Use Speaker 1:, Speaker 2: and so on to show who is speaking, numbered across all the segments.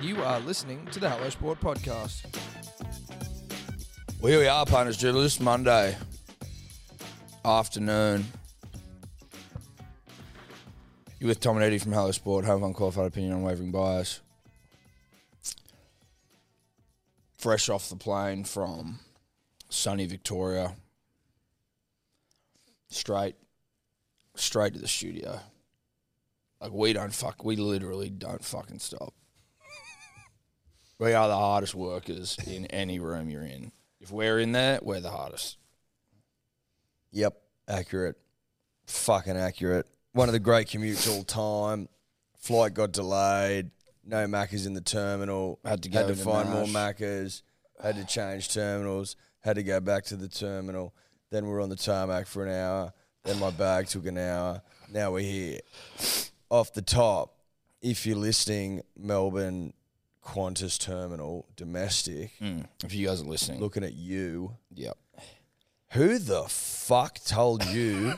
Speaker 1: You are listening to the Hello Sport Podcast. Well, here we are, punters, doodle. This Monday afternoon. You're with Tom and Eddie from Hello Sport, home of unqualified opinion on wavering bias. Fresh off the plane from sunny Victoria. Straight, straight to the studio. Like, we don't fuck, we literally don't fucking stop. We are the hardest workers in any room you're in. If we're in there, we're the hardest.
Speaker 2: Yep, accurate. Fucking accurate. One of the great commutes all time. Flight got delayed. No Maccas in the terminal.
Speaker 1: Had to
Speaker 2: had
Speaker 1: go
Speaker 2: to
Speaker 1: to
Speaker 2: find more
Speaker 1: Nash.
Speaker 2: Maccas. Had to change terminals. Had to go back to the terminal. Then we were on the tarmac for an hour. Then my bag took an hour. Now we're here. Off the top, if you're listening, Melbourne Qantas terminal domestic,
Speaker 1: If you guys are listening,
Speaker 2: looking at you.
Speaker 1: yep.
Speaker 2: Who the fuck told you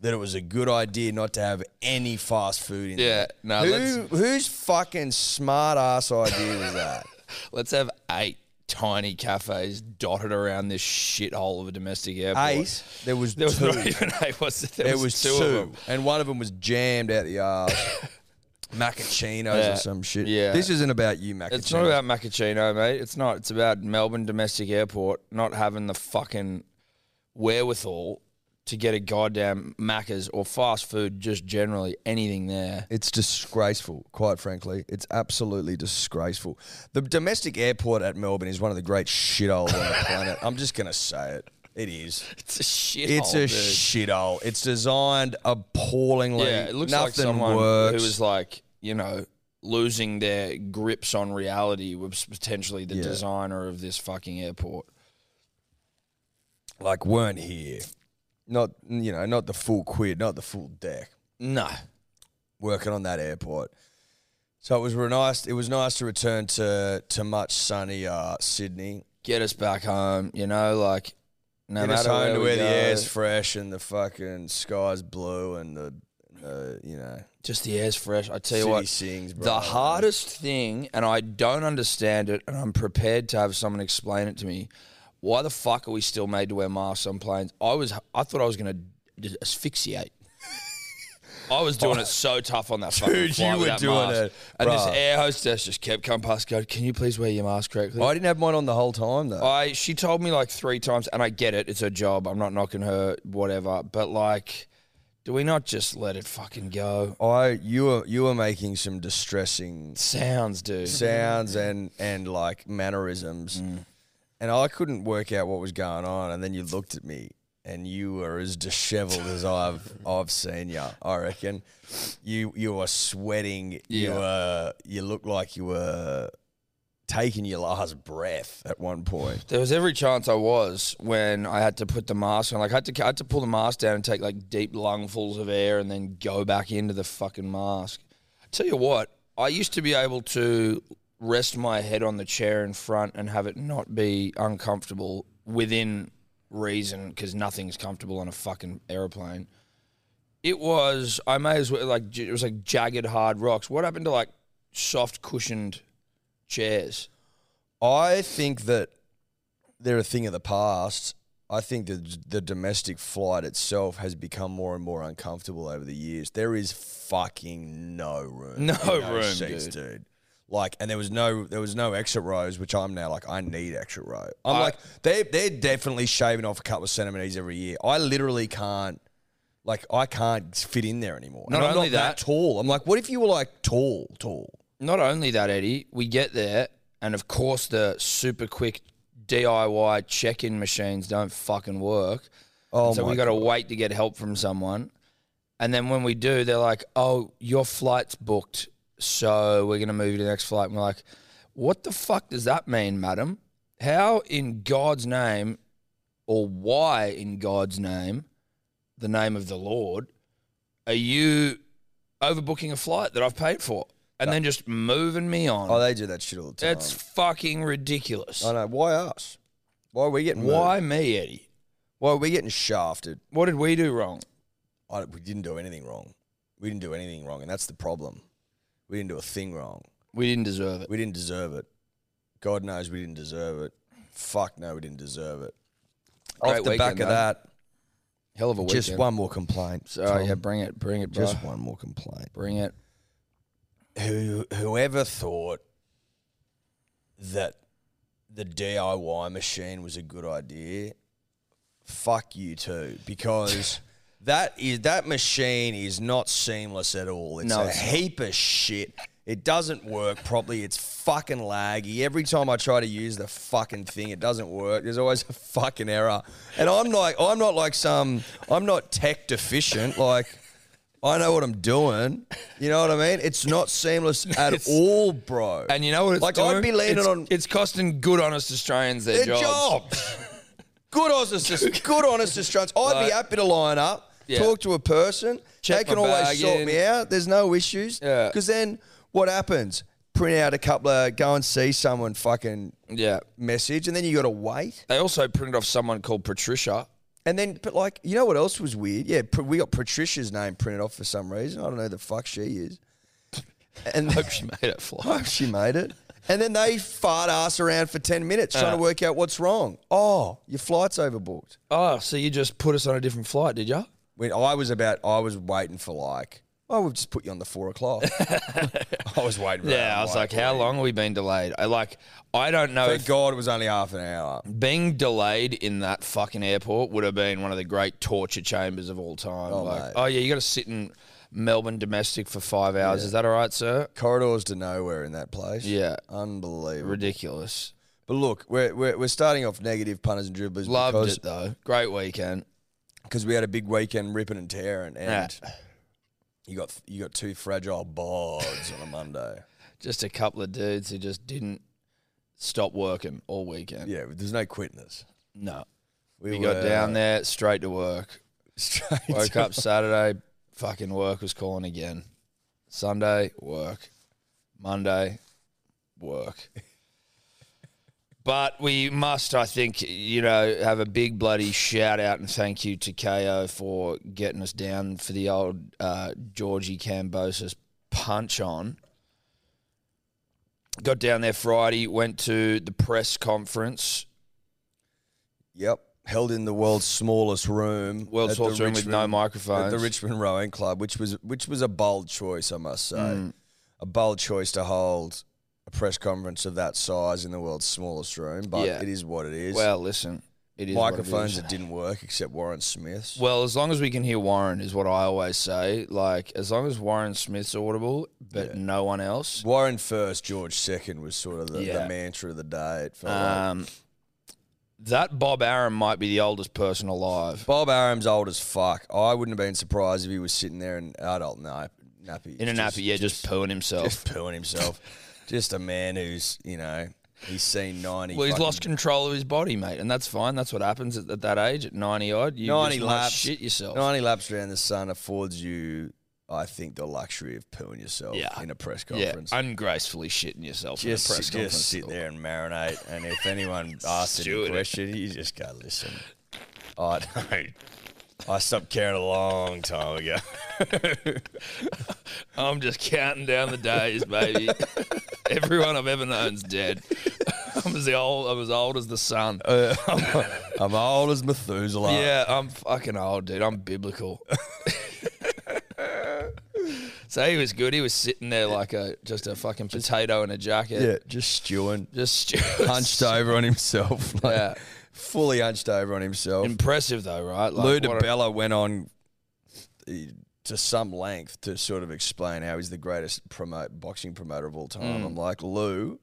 Speaker 2: that it was a good idea not to have any fast food in
Speaker 1: Yeah, no,
Speaker 2: there? Who,
Speaker 1: let's-
Speaker 2: whose fucking smart ass idea was that?
Speaker 1: Let's have eight tiny cafes dotted around this shithole of a domestic airport.
Speaker 2: Eight. There was
Speaker 1: There was
Speaker 2: two.
Speaker 1: not even eight. Was it? There
Speaker 2: there
Speaker 1: was,
Speaker 2: was
Speaker 1: two,
Speaker 2: two,
Speaker 1: of them.
Speaker 2: and one of them was jammed out the ass. Macchinos
Speaker 1: Yeah,
Speaker 2: or some shit.
Speaker 1: yeah.
Speaker 2: This isn't about you, Macchinos.
Speaker 1: It's not about Macchino, mate. It's not. It's about Melbourne domestic airport not having the fucking wherewithal to get a goddamn Macca's or fast food, just generally anything there.
Speaker 2: It's disgraceful, quite frankly. It's absolutely disgraceful. The domestic airport at Melbourne is one of the great shitholes on the planet. I'm just gonna say it. It is.
Speaker 1: It's a shithole.
Speaker 2: It's a
Speaker 1: Oh, dude.
Speaker 2: shithole. It's designed appallingly.
Speaker 1: Yeah, it looks
Speaker 2: Nothing
Speaker 1: like someone
Speaker 2: works.
Speaker 1: who was like, you know, losing their grips on reality was potentially the
Speaker 2: Yeah.
Speaker 1: designer of this fucking airport.
Speaker 2: like weren't here. Not you know, not the full quid, not the full deck.
Speaker 1: No.
Speaker 2: Working on that airport. So it was re- nice. It was nice to return to to much sunnier Sydney.
Speaker 1: Get us back home, you know, like no
Speaker 2: Get us
Speaker 1: matter
Speaker 2: home
Speaker 1: where,
Speaker 2: to
Speaker 1: we
Speaker 2: where the
Speaker 1: go,
Speaker 2: air's fresh and the fucking sky's blue and the uh, you know
Speaker 1: just the air's fresh. I tell you
Speaker 2: city
Speaker 1: what,
Speaker 2: sings. Bro.
Speaker 1: The hardest thing, and I don't understand it, and I'm prepared to have someone explain it to me. Why the fuck are we still made to wear masks on planes? I was, I thought I was gonna just asphyxiate. I was doing it so tough on that fucking
Speaker 2: Oh. Dude,
Speaker 1: flight
Speaker 2: you were
Speaker 1: without
Speaker 2: doing
Speaker 1: mask.
Speaker 2: it,
Speaker 1: and this
Speaker 2: bruh.
Speaker 1: air hostess just kept coming past. Go, can you please wear your mask correctly?
Speaker 2: I didn't have mine on the whole time though.
Speaker 1: I she told me like three times, and I get it. It's her job. I'm not knocking her, whatever. But like, do we not just let it fucking go?
Speaker 2: I you were you were making some distressing
Speaker 1: Sounds, dude.
Speaker 2: sounds and and like mannerisms and i couldn't work out what was going on and then you looked at me and you were as disheveled as i've i've seen you i reckon you you were sweating you
Speaker 1: Yeah.
Speaker 2: were you looked like you were taking your last breath at one point
Speaker 1: There was every chance I was when I had to put the mask on. Like I had to, I had to pull the mask down and take like deep lungfuls of air and then go back into the fucking mask. tell you what, I used to be able to rest my head on the chair in front and have it not be uncomfortable within reason because nothing's comfortable on a fucking airplane. It was I may as well like j- it was like jagged hard rocks. What happened to like soft cushioned chairs?
Speaker 2: i think that they're a thing of the past I think that the domestic flight itself has become more and more uncomfortable over the years. There is fucking no room.
Speaker 1: No
Speaker 2: in
Speaker 1: room,
Speaker 2: those
Speaker 1: dude.
Speaker 2: Like, and there was no there was no exit rows, which I'm now like I need exit row. I'm
Speaker 1: I-
Speaker 2: like they they're definitely shaving off a couple of centimeters every year. I literally can't. Like I can't fit in there anymore. And
Speaker 1: Not
Speaker 2: I'm
Speaker 1: only
Speaker 2: not that
Speaker 1: that-
Speaker 2: tall. I'm like, what if you were like tall, tall?
Speaker 1: not only that, Eddie, we get there, and of course the super quick DIY check-in machines don't fucking work.
Speaker 2: Oh
Speaker 1: so
Speaker 2: my
Speaker 1: we got to wait to get help from someone, and then when we do, they're like, "Oh, your flight's booked, so we're gonna move you to the next flight." And we're like, "What the fuck does that mean, madam? How in God's name, or why in God's name, the name of the Lord, are you overbooking a flight that I've paid for?" And then just moving me on.
Speaker 2: Oh, they do that shit all the time.
Speaker 1: That's fucking ridiculous.
Speaker 2: I know. Why us? Why are we getting moved?
Speaker 1: Why me, Eddie?
Speaker 2: Why are we getting shafted?
Speaker 1: What did we do wrong?
Speaker 2: I, we didn't do anything wrong. We didn't do anything wrong, and that's the problem. We didn't do a thing wrong.
Speaker 1: We didn't deserve it.
Speaker 2: We didn't deserve it. God knows we didn't deserve it. Fuck no, we didn't deserve it.
Speaker 1: Great
Speaker 2: Off the
Speaker 1: weekend,
Speaker 2: back
Speaker 1: though.
Speaker 2: of that,
Speaker 1: Hell of a weekend.
Speaker 2: just one more complaint.
Speaker 1: So
Speaker 2: Tom.
Speaker 1: yeah, bring it, bring it, bro.
Speaker 2: just one more complaint.
Speaker 1: bring it.
Speaker 2: Who, whoever thought that the DIY machine was a good idea, fuck you too, because that is that machine is not seamless at all. It's
Speaker 1: No,
Speaker 2: a
Speaker 1: it's not.
Speaker 2: heap of shit. It doesn't work properly. It's fucking laggy. Every time I try to use the fucking thing, it doesn't work. There's always a fucking error. And I'm like, I'm not like some, I'm not tech deficient. Like, I know what I'm doing. You know what I mean? It's not seamless at all, bro.
Speaker 1: And you know what? It's
Speaker 2: like,
Speaker 1: doing?
Speaker 2: I'd be leaning
Speaker 1: it's,
Speaker 2: on
Speaker 1: It's costing good, honest Australians their,
Speaker 2: their jobs. good honest, good honest Australians. I'd
Speaker 1: Like-
Speaker 2: be happy to line up,
Speaker 1: Yeah.
Speaker 2: talk to a person.
Speaker 1: Check
Speaker 2: they can
Speaker 1: my
Speaker 2: always
Speaker 1: bag
Speaker 2: sort
Speaker 1: in.
Speaker 2: me out. There's no issues.
Speaker 1: Yeah.
Speaker 2: Because then what happens? Print out a couple of go and see someone fucking
Speaker 1: Yeah.
Speaker 2: message, and then you got to wait.
Speaker 1: They also printed off someone called Patricia.
Speaker 2: And then, but like, you know what else was weird? Yeah, pr- we got Patricia's name printed off for some reason. I don't know who the fuck she is. And
Speaker 1: Hope she made it fly.
Speaker 2: hope she made it. And then they fart ass around for 10 minutes
Speaker 1: Uh.
Speaker 2: trying to work out what's wrong. Oh, your flight's overbooked.
Speaker 1: Oh, so you just put us on a different flight, did you?
Speaker 2: When I was about, I was waiting for like, oh, we've just put you on the four o'clock. I was waiting for that.
Speaker 1: Yeah, I
Speaker 2: I'm
Speaker 1: was like, how long have we been delayed? I like, I don't know
Speaker 2: Thank
Speaker 1: if
Speaker 2: God it was only half an hour.
Speaker 1: being delayed in that fucking airport would have been one of the great torture chambers of all time.
Speaker 2: Oh,
Speaker 1: like,
Speaker 2: mate.
Speaker 1: oh yeah, you got to sit in Melbourne domestic for five hours. Is that all right, sir?
Speaker 2: Corridors to nowhere in that place.
Speaker 1: Yeah.
Speaker 2: Unbelievable.
Speaker 1: Ridiculous.
Speaker 2: But look, we're, we're, we're starting off negative punters and dribblers
Speaker 1: Loved
Speaker 2: because
Speaker 1: it though. Great weekend.
Speaker 2: cause we had a big weekend ripping and tearing. And you got you got two fragile bods on a Monday.
Speaker 1: Just a couple of dudes who just didn't stop working all weekend.
Speaker 2: Yeah, there's no quitting this.
Speaker 1: No. We got down there straight to work.
Speaker 2: Straight
Speaker 1: Woke up Saturday, fucking work was calling again. Sunday, work. Monday, work. But we must, I think, you know, have a big bloody shout out and thank you to KO for getting us down for the old uh, Georgie Cambosis punch on. Got down there Friday, went to the press conference.
Speaker 2: Yep. Held in the world's smallest room.
Speaker 1: World
Speaker 2: at
Speaker 1: Sports
Speaker 2: the
Speaker 1: Room with no
Speaker 2: Richmond-
Speaker 1: microphones.
Speaker 2: At the Richmond Rowing Club, which was which was a bold choice, I must say.
Speaker 1: Mm.
Speaker 2: A bold choice to hold a press conference of that size in the world's smallest room, but
Speaker 1: Yeah.
Speaker 2: it is what it is.
Speaker 1: well, listen, it is what it
Speaker 2: Microphones
Speaker 1: is.
Speaker 2: that didn't work except Warren Smith's.
Speaker 1: Well, as long as we can hear Warren is what I always say. Like as long as Warren Smith's audible, but no one else.
Speaker 2: Warren first, George second was sort of the,
Speaker 1: Yeah.
Speaker 2: the mantra of the day. It felt like.
Speaker 1: Um, that Bob Arum might be the oldest person alive
Speaker 2: Bob Arum's old as fuck. I wouldn't have been surprised if he was sitting there in adult nap, nappy.
Speaker 1: in a
Speaker 2: Just-
Speaker 1: nappy. Yeah, just, pooing himself.
Speaker 2: just pooing himself. just a man who's, you know, he's seen 90.
Speaker 1: well, he's
Speaker 2: fucking-
Speaker 1: lost control of his body, mate, and that's fine. That's what happens at, at that age, at ninety odd. You
Speaker 2: 90
Speaker 1: 90 just must
Speaker 2: laps.
Speaker 1: shit yourself.
Speaker 2: 90 laps around the sun affords you, I think, the luxury of pooing yourself
Speaker 1: Yeah.
Speaker 2: in a press
Speaker 1: yeah,
Speaker 2: conference.
Speaker 1: ungracefully shitting yourself
Speaker 2: just,
Speaker 1: in a press
Speaker 2: just
Speaker 1: conference.
Speaker 2: sit there and marinate. And if anyone asks any
Speaker 1: Steward it.
Speaker 2: question, you just go, listen, I don't. I stopped caring a long time ago.
Speaker 1: I'm just counting down the days, baby. Everyone I've ever known's dead. I'm as old. I'm as old as the sun.
Speaker 2: I'm old as Methuselah.
Speaker 1: Oh, Uh, Yeah, I'm fucking old, dude. I'm biblical. so he was good. He was sitting there like a just a fucking potato in a jacket.
Speaker 2: Yeah, just stewing.
Speaker 1: Just
Speaker 2: Hunched over on himself. Like,
Speaker 1: Yeah.
Speaker 2: Fully hunched over on himself.
Speaker 1: Impressive though, right?
Speaker 2: Lou
Speaker 1: what a-
Speaker 2: DiBella went on uh, to some length to sort of explain how he's the greatest promote boxing promoter of all
Speaker 1: Mm.
Speaker 2: time. I'm like, Lou,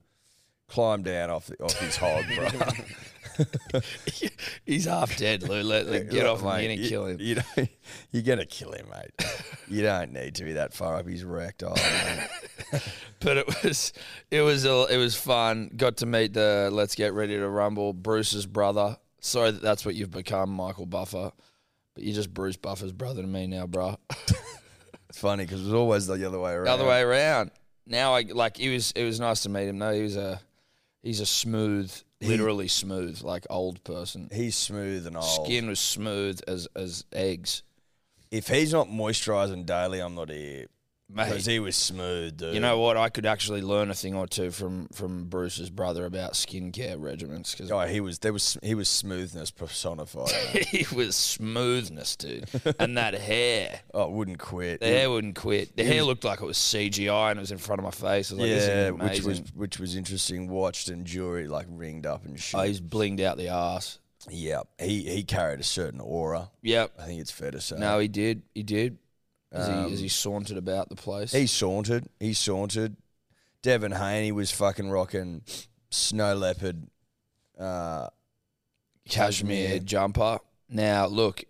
Speaker 2: climb down off the, off his hog, bro.
Speaker 1: he's half dead, Lou. Let, let- get off
Speaker 2: Mate,
Speaker 1: me and
Speaker 2: you-
Speaker 1: kill him.
Speaker 2: You know, you're gonna kill him, mate. you don't need to be that far up his rectile. mate.
Speaker 1: But it was it was a, it was fun. Got to meet the Let's Get Ready to Rumble, Bruce's brother. Sorry that that's what you've become, Michael Buffer. But you're just Bruce Buffer's brother to me now, bruh.
Speaker 2: it's funny because it was always the other way around.
Speaker 1: the other way around. Now I like it was it was nice to meet him though. He was a he's a smooth, literally smooth, like old person.
Speaker 2: He's smooth and old.
Speaker 1: Skin was smooth as as eggs.
Speaker 2: If he's not moisturising daily, I'm not here.
Speaker 1: mate.
Speaker 2: Because he was smooth, dude.
Speaker 1: You know what? I could actually learn a thing or two from from Bruce's brother about skincare regimens because
Speaker 2: Oh, he was there was he was smoothness personified.
Speaker 1: he was smoothness, dude. and that hair,
Speaker 2: oh, wouldn't quit.
Speaker 1: the hair wouldn't quit. The hair looked like it was CGI and it was in front of my face. I was like, this
Speaker 2: yeah,
Speaker 1: is
Speaker 2: which
Speaker 1: amazing.
Speaker 2: was which was interesting. Watched and jury like ringed up and shit.
Speaker 1: oh, he's blinged out the ass.
Speaker 2: yeah, he he carried a certain aura.
Speaker 1: Yep.
Speaker 2: I think it's fair to say.
Speaker 1: No, he did. He did. As, he,
Speaker 2: um,
Speaker 1: as he sauntered about the place.
Speaker 2: He sauntered. He sauntered. Devin Haney was fucking rocking snow leopard. Uh,
Speaker 1: cashmere
Speaker 2: Cashmere.
Speaker 1: jumper. Now, look,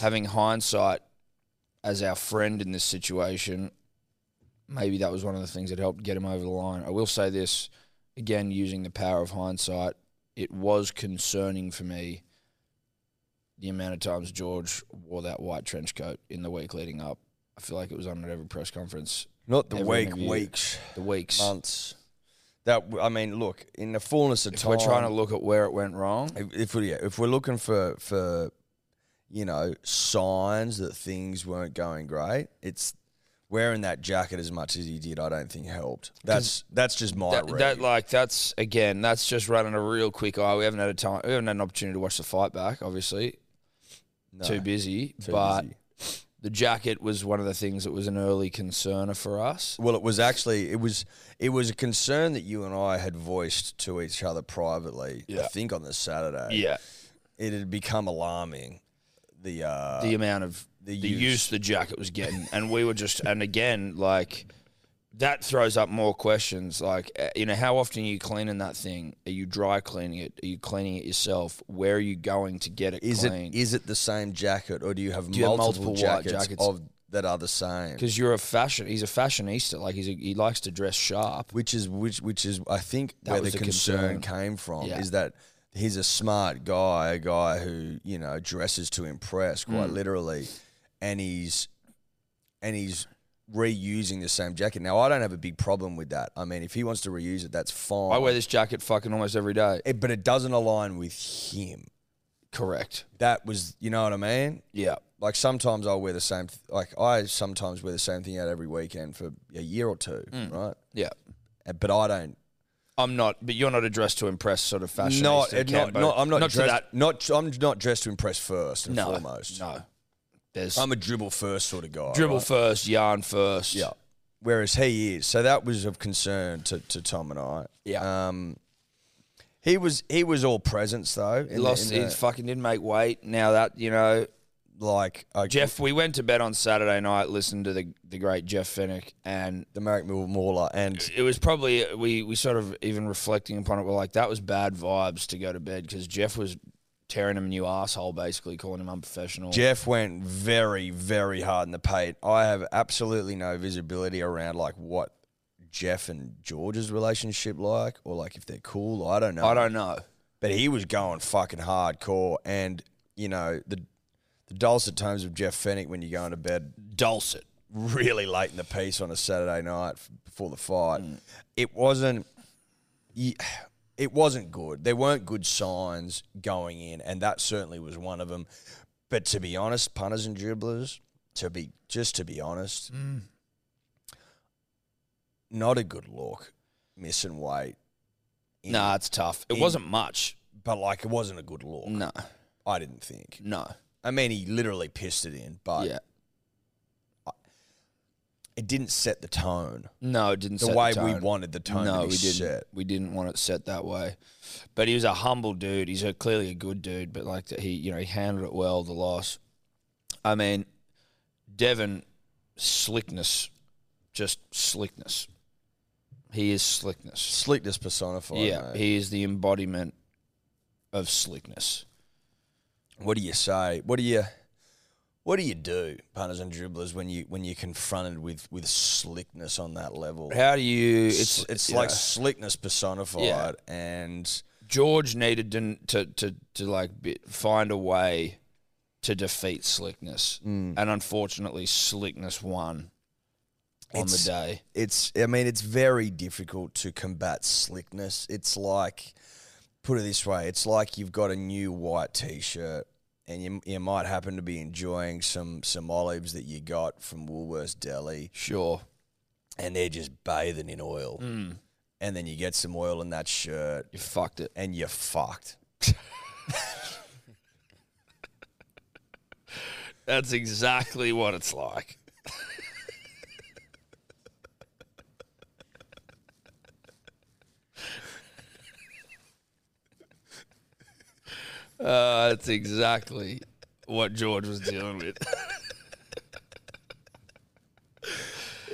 Speaker 1: having hindsight as our friend in this situation, maybe that was one of the things that helped get him over the line. I will say this again, using the power of hindsight, it was concerning for me the amount of times George wore that white trench coat in the week leading up. I feel like it was on at every press conference,
Speaker 2: not the
Speaker 1: Every
Speaker 2: week,
Speaker 1: interview.
Speaker 2: weeks,
Speaker 1: the weeks.
Speaker 2: months. That I mean, look in the fullness of
Speaker 1: if
Speaker 2: time.
Speaker 1: we're trying to look at where it went wrong,
Speaker 2: if, if we yeah, if we're looking for for you know signs that things weren't going great, it's wearing that jacket as much as he did. I don't think helped. That's that's just my
Speaker 1: that,
Speaker 2: read.
Speaker 1: that like that's again that's just running a real quick eye. We haven't had a time. We haven't had an opportunity to watch the fight back. Obviously,
Speaker 2: No,
Speaker 1: too busy.
Speaker 2: too
Speaker 1: but
Speaker 2: busy.
Speaker 1: the jacket was one of the things that was an early concerner for us.
Speaker 2: well, it was actually it was it was a concern that you and I had voiced to each other privately. I
Speaker 1: Yeah.
Speaker 2: think on the Saturday,
Speaker 1: Yeah,
Speaker 2: it had become alarming. The uh,
Speaker 1: the amount of
Speaker 2: the
Speaker 1: the,
Speaker 2: use.
Speaker 1: use. the jacket was getting, and we were just and again like that throws up more questions. Like uh, you know, how often are you cleaning that thing? Are you dry cleaning it? Are you cleaning it yourself? Where are you going to get it
Speaker 2: is
Speaker 1: cleaned?
Speaker 2: it is it the same jacket or do you have,
Speaker 1: Do you have
Speaker 2: multiple,
Speaker 1: multiple white
Speaker 2: jackets,
Speaker 1: jackets?
Speaker 2: of that are the same?
Speaker 1: because you're a fashion, he's a fashionista. Like he's a, he likes to dress sharp.
Speaker 2: which is which which is I think
Speaker 1: That
Speaker 2: where the
Speaker 1: was the concern.
Speaker 2: concern, came from
Speaker 1: Yeah.
Speaker 2: is that he's a smart guy, a guy who you know dresses to impress, quite
Speaker 1: Mm.
Speaker 2: literally, and he's and he's reusing the same jacket. Now I don't have a big problem with that. I mean, if he wants to reuse it, that's fine.
Speaker 1: I wear this jacket fucking almost every day.
Speaker 2: It- but it doesn't align with him.
Speaker 1: Correct.
Speaker 2: That was, you know what I mean.
Speaker 1: Yeah.
Speaker 2: Like sometimes I'll wear the same. Th- like I sometimes wear the same thing out every weekend for a year or two,
Speaker 1: Mm.
Speaker 2: right?
Speaker 1: Yeah.
Speaker 2: Uh, But I don't
Speaker 1: I'm not, but you're not a dress to impress sort of fashion.
Speaker 2: not, not, not, I'm not,
Speaker 1: not to
Speaker 2: dressed,
Speaker 1: that.
Speaker 2: not, I'm not dressed to impress first and
Speaker 1: No.
Speaker 2: foremost.
Speaker 1: No. There's
Speaker 2: I'm a dribble first sort of guy.
Speaker 1: dribble
Speaker 2: right?
Speaker 1: first, yarn first.
Speaker 2: Yeah. Whereas he is, so that was of concern to, to Tom and I.
Speaker 1: Yeah.
Speaker 2: Um, he was he was all presence though. in
Speaker 1: He
Speaker 2: the-
Speaker 1: lost,
Speaker 2: in
Speaker 1: he
Speaker 2: the-
Speaker 1: fucking didn't make weight. Now that, you know,
Speaker 2: like I,
Speaker 1: Jeff, we went to bed on Saturday night, listened to the, the great Jeff Finnick, and
Speaker 2: the Merrick Mill Mauler, and
Speaker 1: it was probably, we, we sort of even reflecting upon it, we're like, that was bad vibes to go to bed because Jeff was tearing him a new asshole, basically, calling him unprofessional.
Speaker 2: Jeff went very very hard in the paint. I have absolutely no visibility around like what Jeff and George's relationship like, or like if they're cool. I don't know.
Speaker 1: I don't know.
Speaker 2: but he was going fucking hardcore. And you know the the dulcet tones of Jeff Fennick when you're going to bed
Speaker 1: Dulcet.
Speaker 2: really late in the piece on a Saturday night f- before the fight. It wasn't. y- It wasn't good. There weren't good signs going in, and that certainly was one of them. But to be honest, punters and dribblers, to be just to be honest, not a good look. Missing weight, in-
Speaker 1: Nah, Mm. it's tough. It
Speaker 2: in-
Speaker 1: wasn't much.
Speaker 2: but like it wasn't a good look.
Speaker 1: No,
Speaker 2: I didn't think.
Speaker 1: no.
Speaker 2: I mean, he literally pissed it in, but
Speaker 1: yeah.
Speaker 2: it didn't set the tone
Speaker 1: No, it didn't
Speaker 2: the
Speaker 1: set
Speaker 2: way
Speaker 1: the
Speaker 2: we
Speaker 1: tone.
Speaker 2: wanted the tone
Speaker 1: no,
Speaker 2: to be
Speaker 1: we didn't.
Speaker 2: set.
Speaker 1: We didn't want it set that way. But he was a humble dude. He's a, clearly a good dude, but like that, he, you know, he handled it well. The loss. I mean, Devon, slickness, just slickness. He is slickness.
Speaker 2: Slickness personified.
Speaker 1: yeah,
Speaker 2: mate.
Speaker 1: he is the embodiment of slickness.
Speaker 2: what do you say? What do you? What do you do, punters and dribblers, when you when you're confronted with with slickness on that level?
Speaker 1: How do you?
Speaker 2: It's
Speaker 1: It's
Speaker 2: it's, like
Speaker 1: yeah.
Speaker 2: slickness personified,
Speaker 1: Yeah.
Speaker 2: and
Speaker 1: George needed to to to, to like be, find a way to defeat slickness, and unfortunately, slickness won on
Speaker 2: It's-
Speaker 1: the day.
Speaker 2: it's I mean it's very difficult to combat slickness. It's like put it this way, it's like you've got a new white t-shirt and you, you might happen to be enjoying some some olives that you got from Woolworths Deli,
Speaker 1: Sure.
Speaker 2: and they're just bathing in oil.
Speaker 1: Hmm.
Speaker 2: And then you get some oil in that shirt,
Speaker 1: You fucked it.
Speaker 2: and you're fucked.
Speaker 1: That's exactly what it's like. uh, that's exactly what George was dealing with.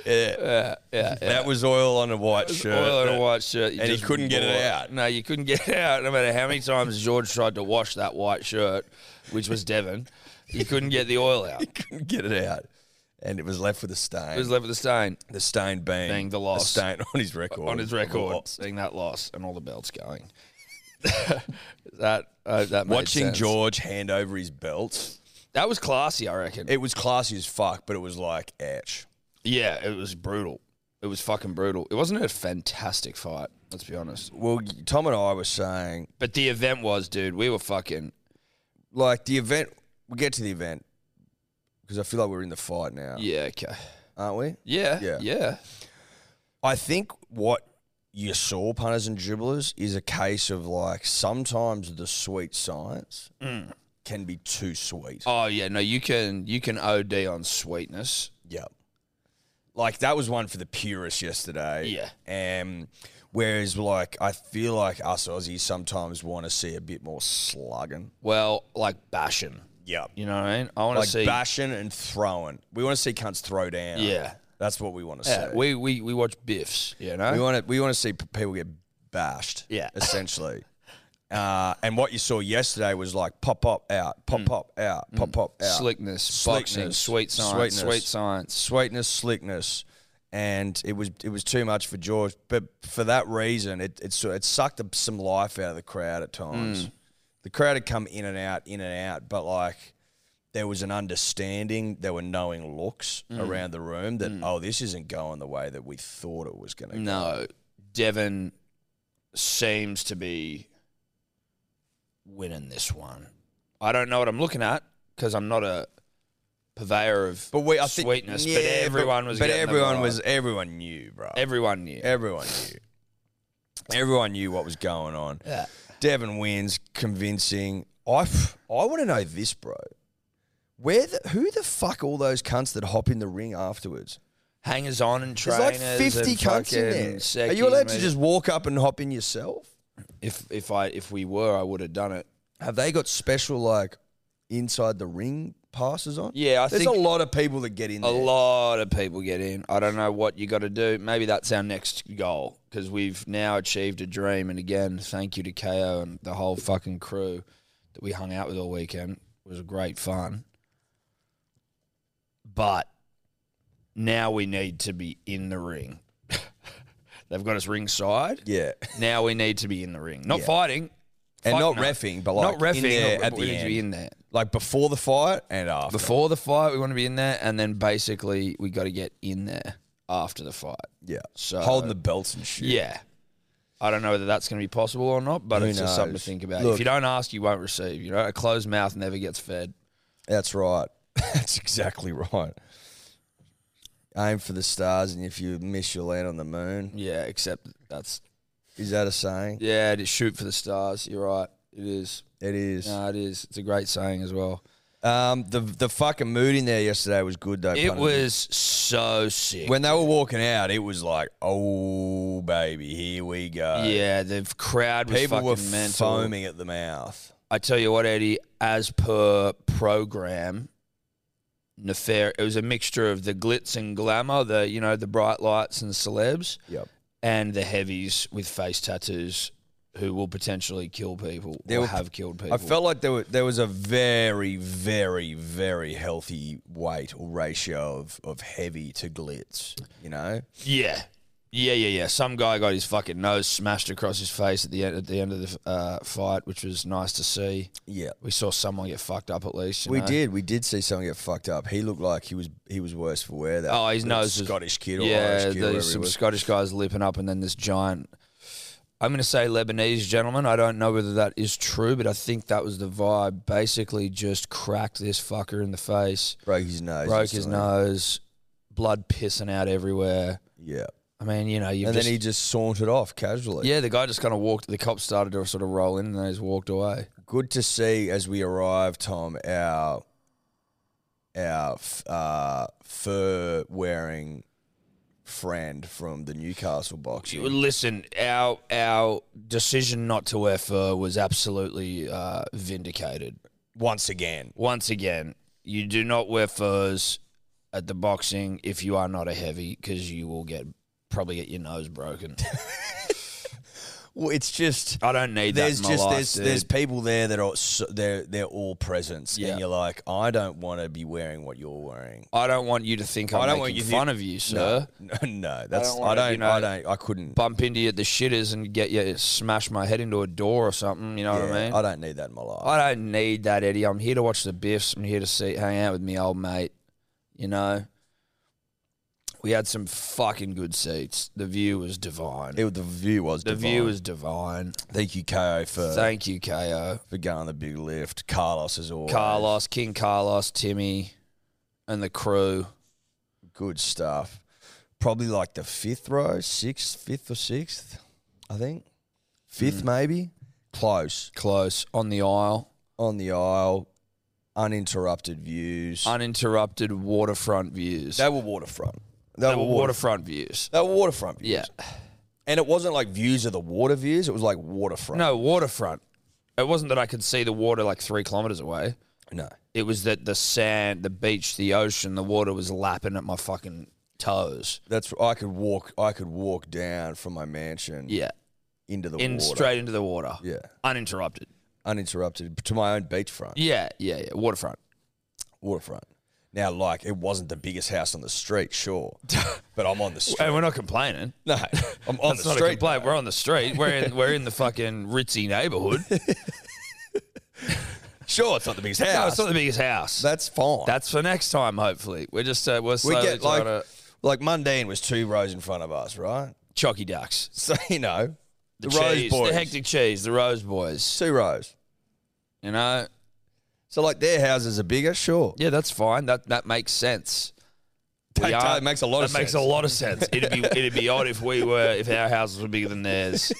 Speaker 1: yeah, yeah, yeah.
Speaker 2: That was oil on a white shirt,
Speaker 1: Oil on a white shirt, uh, you
Speaker 2: and he
Speaker 1: just
Speaker 2: couldn't get it
Speaker 1: wore
Speaker 2: out.
Speaker 1: No, you couldn't get it out. No matter how many times George tried to wash that white shirt, which was Devon, you couldn't get the oil out.
Speaker 2: couldn't get it out, and it was left with a stain.
Speaker 1: It was left with a stain.
Speaker 2: the stain being,
Speaker 1: Being the
Speaker 2: a
Speaker 1: loss.
Speaker 2: stain on his record,
Speaker 1: on his record, seeing that loss and all the belts going. that uh, that made
Speaker 2: Watching
Speaker 1: sense.
Speaker 2: George hand over his belt,
Speaker 1: That was classy, I reckon.
Speaker 2: it was classy as fuck, but it was like, ouch.
Speaker 1: yeah, it was brutal. It was fucking brutal. It wasn't a fantastic fight. Let's be honest.
Speaker 2: Well, Tom and I were saying
Speaker 1: But the event was, dude. We were fucking.
Speaker 2: like the event. We get to the event because I feel like we're in the fight now,
Speaker 1: Yeah. Okay.
Speaker 2: aren't we?
Speaker 1: Yeah.
Speaker 2: Yeah.
Speaker 1: Yeah. Yeah.
Speaker 2: I think what you saw punters and dribblers is a case of like sometimes the sweet science
Speaker 1: Mm.
Speaker 2: can be too sweet.
Speaker 1: Oh yeah. No, you can you can OD on sweetness.
Speaker 2: Yep. Like that was one for the purists yesterday. Yeah. Um, whereas like I feel like us Aussies sometimes want to see a bit more slugging.
Speaker 1: Well, like bashing.
Speaker 2: Yep.
Speaker 1: You know what I mean? I want to
Speaker 2: Like
Speaker 1: see.
Speaker 2: bashing and throwing. We want to see cunts throw down.
Speaker 1: Yeah.
Speaker 2: That's what we want to
Speaker 1: yeah,
Speaker 2: see.
Speaker 1: we, we we watch biffs. You know.
Speaker 2: We want to we want to see p- people get bashed.
Speaker 1: Yeah.
Speaker 2: essentially. uh, and what you saw yesterday was like pop up out,
Speaker 1: Hmm.
Speaker 2: pop up out, pop up out,
Speaker 1: Slickness, boxing,
Speaker 2: Slickness,
Speaker 1: sweet science,
Speaker 2: sweetness.
Speaker 1: sweet science.
Speaker 2: sweetness, slickness, and it was it was too much for George. But for that reason, it it, sort- it sucked up some life out of the crowd at times.
Speaker 1: Hmm.
Speaker 2: The crowd had come in and out, in and out, but like. There was an understanding. There were knowing looks
Speaker 1: Hmm.
Speaker 2: around the room that oh, this isn't going the way that we thought it was going to.
Speaker 1: No, Devon seems to be winning this one. I don't know what I'm looking at because I'm not a purveyor of
Speaker 2: But we, I think,
Speaker 1: sweetness.
Speaker 2: yeah,
Speaker 1: but everyone was.
Speaker 2: But
Speaker 1: getting the
Speaker 2: everyone
Speaker 1: vibe.
Speaker 2: was. Everyone knew, bro.
Speaker 1: Everyone knew.
Speaker 2: everyone knew. Everyone knew what was going on.
Speaker 1: Yeah.
Speaker 2: Devon wins, convincing. I, f- I want to know this, bro. Where the, who the fuck all those cunts that hop in the ring afterwards?
Speaker 1: Hangers on and
Speaker 2: There's
Speaker 1: trainers.
Speaker 2: like fifty
Speaker 1: and
Speaker 2: cunts in
Speaker 1: fucking
Speaker 2: there. Are
Speaker 1: secchies
Speaker 2: you allowed to
Speaker 1: and-
Speaker 2: just walk up and hop in yourself?
Speaker 1: If if I if we were, I would have done it.
Speaker 2: Have they got special like inside the ring passes on?
Speaker 1: Yeah, I
Speaker 2: There's
Speaker 1: think-
Speaker 2: a lot of people that get in
Speaker 1: A
Speaker 2: there.
Speaker 1: lot of people get in. I don't know what you got to do. Maybe that's our next goal because we've now achieved a dream. And again, thank you to KO and the whole fucking crew that we hung out with all weekend. It was great fun. But now we need to be in the ring. They've got us ringside.
Speaker 2: Yeah,
Speaker 1: Now we need to be in the ring, not fighting,
Speaker 2: and
Speaker 1: Fuck
Speaker 2: not
Speaker 1: no.
Speaker 2: refing, but like
Speaker 1: not refing.
Speaker 2: in there
Speaker 1: but
Speaker 2: at
Speaker 1: we
Speaker 2: the
Speaker 1: need
Speaker 2: end.
Speaker 1: to be in there
Speaker 2: like before the fight and after.
Speaker 1: before the fight. We want to be in there, and then basically we got to get in there after the fight.
Speaker 2: yeah,
Speaker 1: So-
Speaker 2: holding the belts and shit.
Speaker 1: Yeah. I don't know whether that's going to be possible or not, but
Speaker 2: Who
Speaker 1: it's just something to
Speaker 2: knows?
Speaker 1: think about.
Speaker 2: Look-
Speaker 1: if you don't ask, you won't receive. You know, a closed mouth never gets fed.
Speaker 2: that's right. that's exactly right. Aim for the stars, and if you miss, you'll land on the moon.
Speaker 1: Yeah, except that's
Speaker 2: Is that a saying?
Speaker 1: yeah, just shoot for the stars. You're right. It is.
Speaker 2: It is.
Speaker 1: No, it is. It's a great saying as well.
Speaker 2: Um, the the fucking mood in there yesterday was good though.
Speaker 1: It
Speaker 2: punters.
Speaker 1: was so sick.
Speaker 2: when they were walking out. It was like, oh baby, here we go.
Speaker 1: yeah, the crowd was
Speaker 2: people
Speaker 1: fucking
Speaker 2: were
Speaker 1: mental.
Speaker 2: foaming at the mouth.
Speaker 1: I tell you what, Eddie, as per program, Nefair, it was a mixture of the glitz and glamour, the you know, the bright lights and celebs.
Speaker 2: Yep.
Speaker 1: and the heavies with face tattoos who will potentially kill people
Speaker 2: There
Speaker 1: or
Speaker 2: were-
Speaker 1: have killed people.
Speaker 2: I felt like there, were, there was a very, very, very healthy weight or ratio of, of heavy to glitz, you know?
Speaker 1: yeah, yeah, yeah, yeah. Some guy got his fucking nose smashed across his face at the end at the end of the uh, fight, which was nice to see.
Speaker 2: Yeah.
Speaker 1: We saw someone get fucked up at least. you
Speaker 2: We
Speaker 1: know?
Speaker 2: did. We did see someone get fucked up. He looked like he was he was worse for wear. That
Speaker 1: Oh, his
Speaker 2: that
Speaker 1: nose was-
Speaker 2: Scottish kid or
Speaker 1: Yeah,
Speaker 2: Irish kid or
Speaker 1: there's
Speaker 2: whatever he
Speaker 1: some
Speaker 2: was.
Speaker 1: Scottish guys lipping up, and then this giant I'm going to say Lebanese gentleman. I don't know whether that is true, but I think that was the vibe. Basically, just cracked this fucker in the face,
Speaker 2: Broke his nose.
Speaker 1: broke
Speaker 2: or
Speaker 1: his
Speaker 2: something.
Speaker 1: nose, blood pissing out everywhere.
Speaker 2: Yeah.
Speaker 1: I mean, you know, you've
Speaker 2: and
Speaker 1: just,
Speaker 2: then he just sauntered off casually.
Speaker 1: yeah, the guy just kind of walked. The cops started to sort of roll in, and then he just walked away.
Speaker 2: Good to see as we arrive, Tom, our our f- uh, fur wearing friend from the Newcastle boxing.
Speaker 1: Listen, our our decision not to wear fur was absolutely uh, vindicated.
Speaker 2: once again.
Speaker 1: once again, you do not wear furs at the boxing if you are not a heavy because you will get probably get your nose broken.
Speaker 2: Well, it's just
Speaker 1: I don't need
Speaker 2: there's
Speaker 1: that in my
Speaker 2: just
Speaker 1: life,
Speaker 2: there's
Speaker 1: dude.
Speaker 2: there's people there that are so, they're they're all presents,
Speaker 1: Yeah.
Speaker 2: and you're like, I don't want to be wearing what you're wearing.
Speaker 1: I don't want you to think I'm
Speaker 2: I don't want
Speaker 1: making
Speaker 2: you to-
Speaker 1: fun of you, sir.
Speaker 2: No, no, that's I don't.
Speaker 1: wanna,
Speaker 2: I don't.
Speaker 1: you know-
Speaker 2: I, couldn't.
Speaker 1: Bump into you at the shitters and get you smash my head into a door or something. You know what I
Speaker 2: Yeah,
Speaker 1: mean?
Speaker 2: I don't need that in my life.
Speaker 1: I don't need that, Eddie. I'm here to watch the Biffs. I'm here to see, hang out with me old mate. You know, we had some fucking good seats. The view was divine.
Speaker 2: It- the view was
Speaker 1: the
Speaker 2: divine.
Speaker 1: view was divine.
Speaker 2: Thank you, KO, for
Speaker 1: Thank you, KO.
Speaker 2: for going the big lift. Carlos is always
Speaker 1: Carlos, King Carlos, Timmy, and the crew.
Speaker 2: good stuff. Probably like the fifth row, sixth, fifth or sixth, I think.
Speaker 1: Mm.
Speaker 2: Fifth maybe, close
Speaker 1: Close on the aisle.
Speaker 2: on the aisle, uninterrupted views.
Speaker 1: Uninterrupted waterfront views.
Speaker 2: they were waterfront. They,
Speaker 1: They were waterfront views.
Speaker 2: They were waterfront views.
Speaker 1: Yeah.
Speaker 2: and it wasn't like views of the water views. It was like waterfront.
Speaker 1: No, waterfront. It wasn't that I could see the water like three kilometers away.
Speaker 2: no.
Speaker 1: It was that the sand, the beach, the ocean, the water was lapping at my fucking toes.
Speaker 2: That's I could walk. I could walk down from my mansion
Speaker 1: Yeah.
Speaker 2: into the
Speaker 1: In
Speaker 2: water.
Speaker 1: straight into the water.
Speaker 2: Yeah,
Speaker 1: Uninterrupted.
Speaker 2: uninterrupted to my own beachfront.
Speaker 1: Yeah, yeah, yeah. Waterfront.
Speaker 2: waterfront. Now, like, it wasn't the biggest house on the street, sure, but I'm on the street.
Speaker 1: And we're not complaining.
Speaker 2: No, I'm on
Speaker 1: It's
Speaker 2: the
Speaker 1: not a
Speaker 2: street.
Speaker 1: complaint. We're on the street. We're in we're in the fucking ritzy neighborhood.
Speaker 2: Sure, it's not the biggest
Speaker 1: No,
Speaker 2: house.
Speaker 1: it's not the biggest house.
Speaker 2: That's fine.
Speaker 1: That's for next time, hopefully. We're just uh, we're
Speaker 2: we
Speaker 1: slowly
Speaker 2: get
Speaker 1: trying to
Speaker 2: like, like Mundine was two rows in front of us, right?
Speaker 1: Chucky E. Ducks,
Speaker 2: So you know, the,
Speaker 1: cheese,
Speaker 2: Rose Boys,
Speaker 1: the hectic cheese, the Rose Boys.
Speaker 2: two rows.
Speaker 1: You know,
Speaker 2: So like, their houses are bigger, sure.
Speaker 1: yeah, that's fine. That that makes sense.
Speaker 2: That
Speaker 1: We are-
Speaker 2: does- makes a lot
Speaker 1: that
Speaker 2: of
Speaker 1: makes a
Speaker 2: sense.
Speaker 1: lot of sense. It'd be it'd be odd if we were if our houses were bigger than theirs.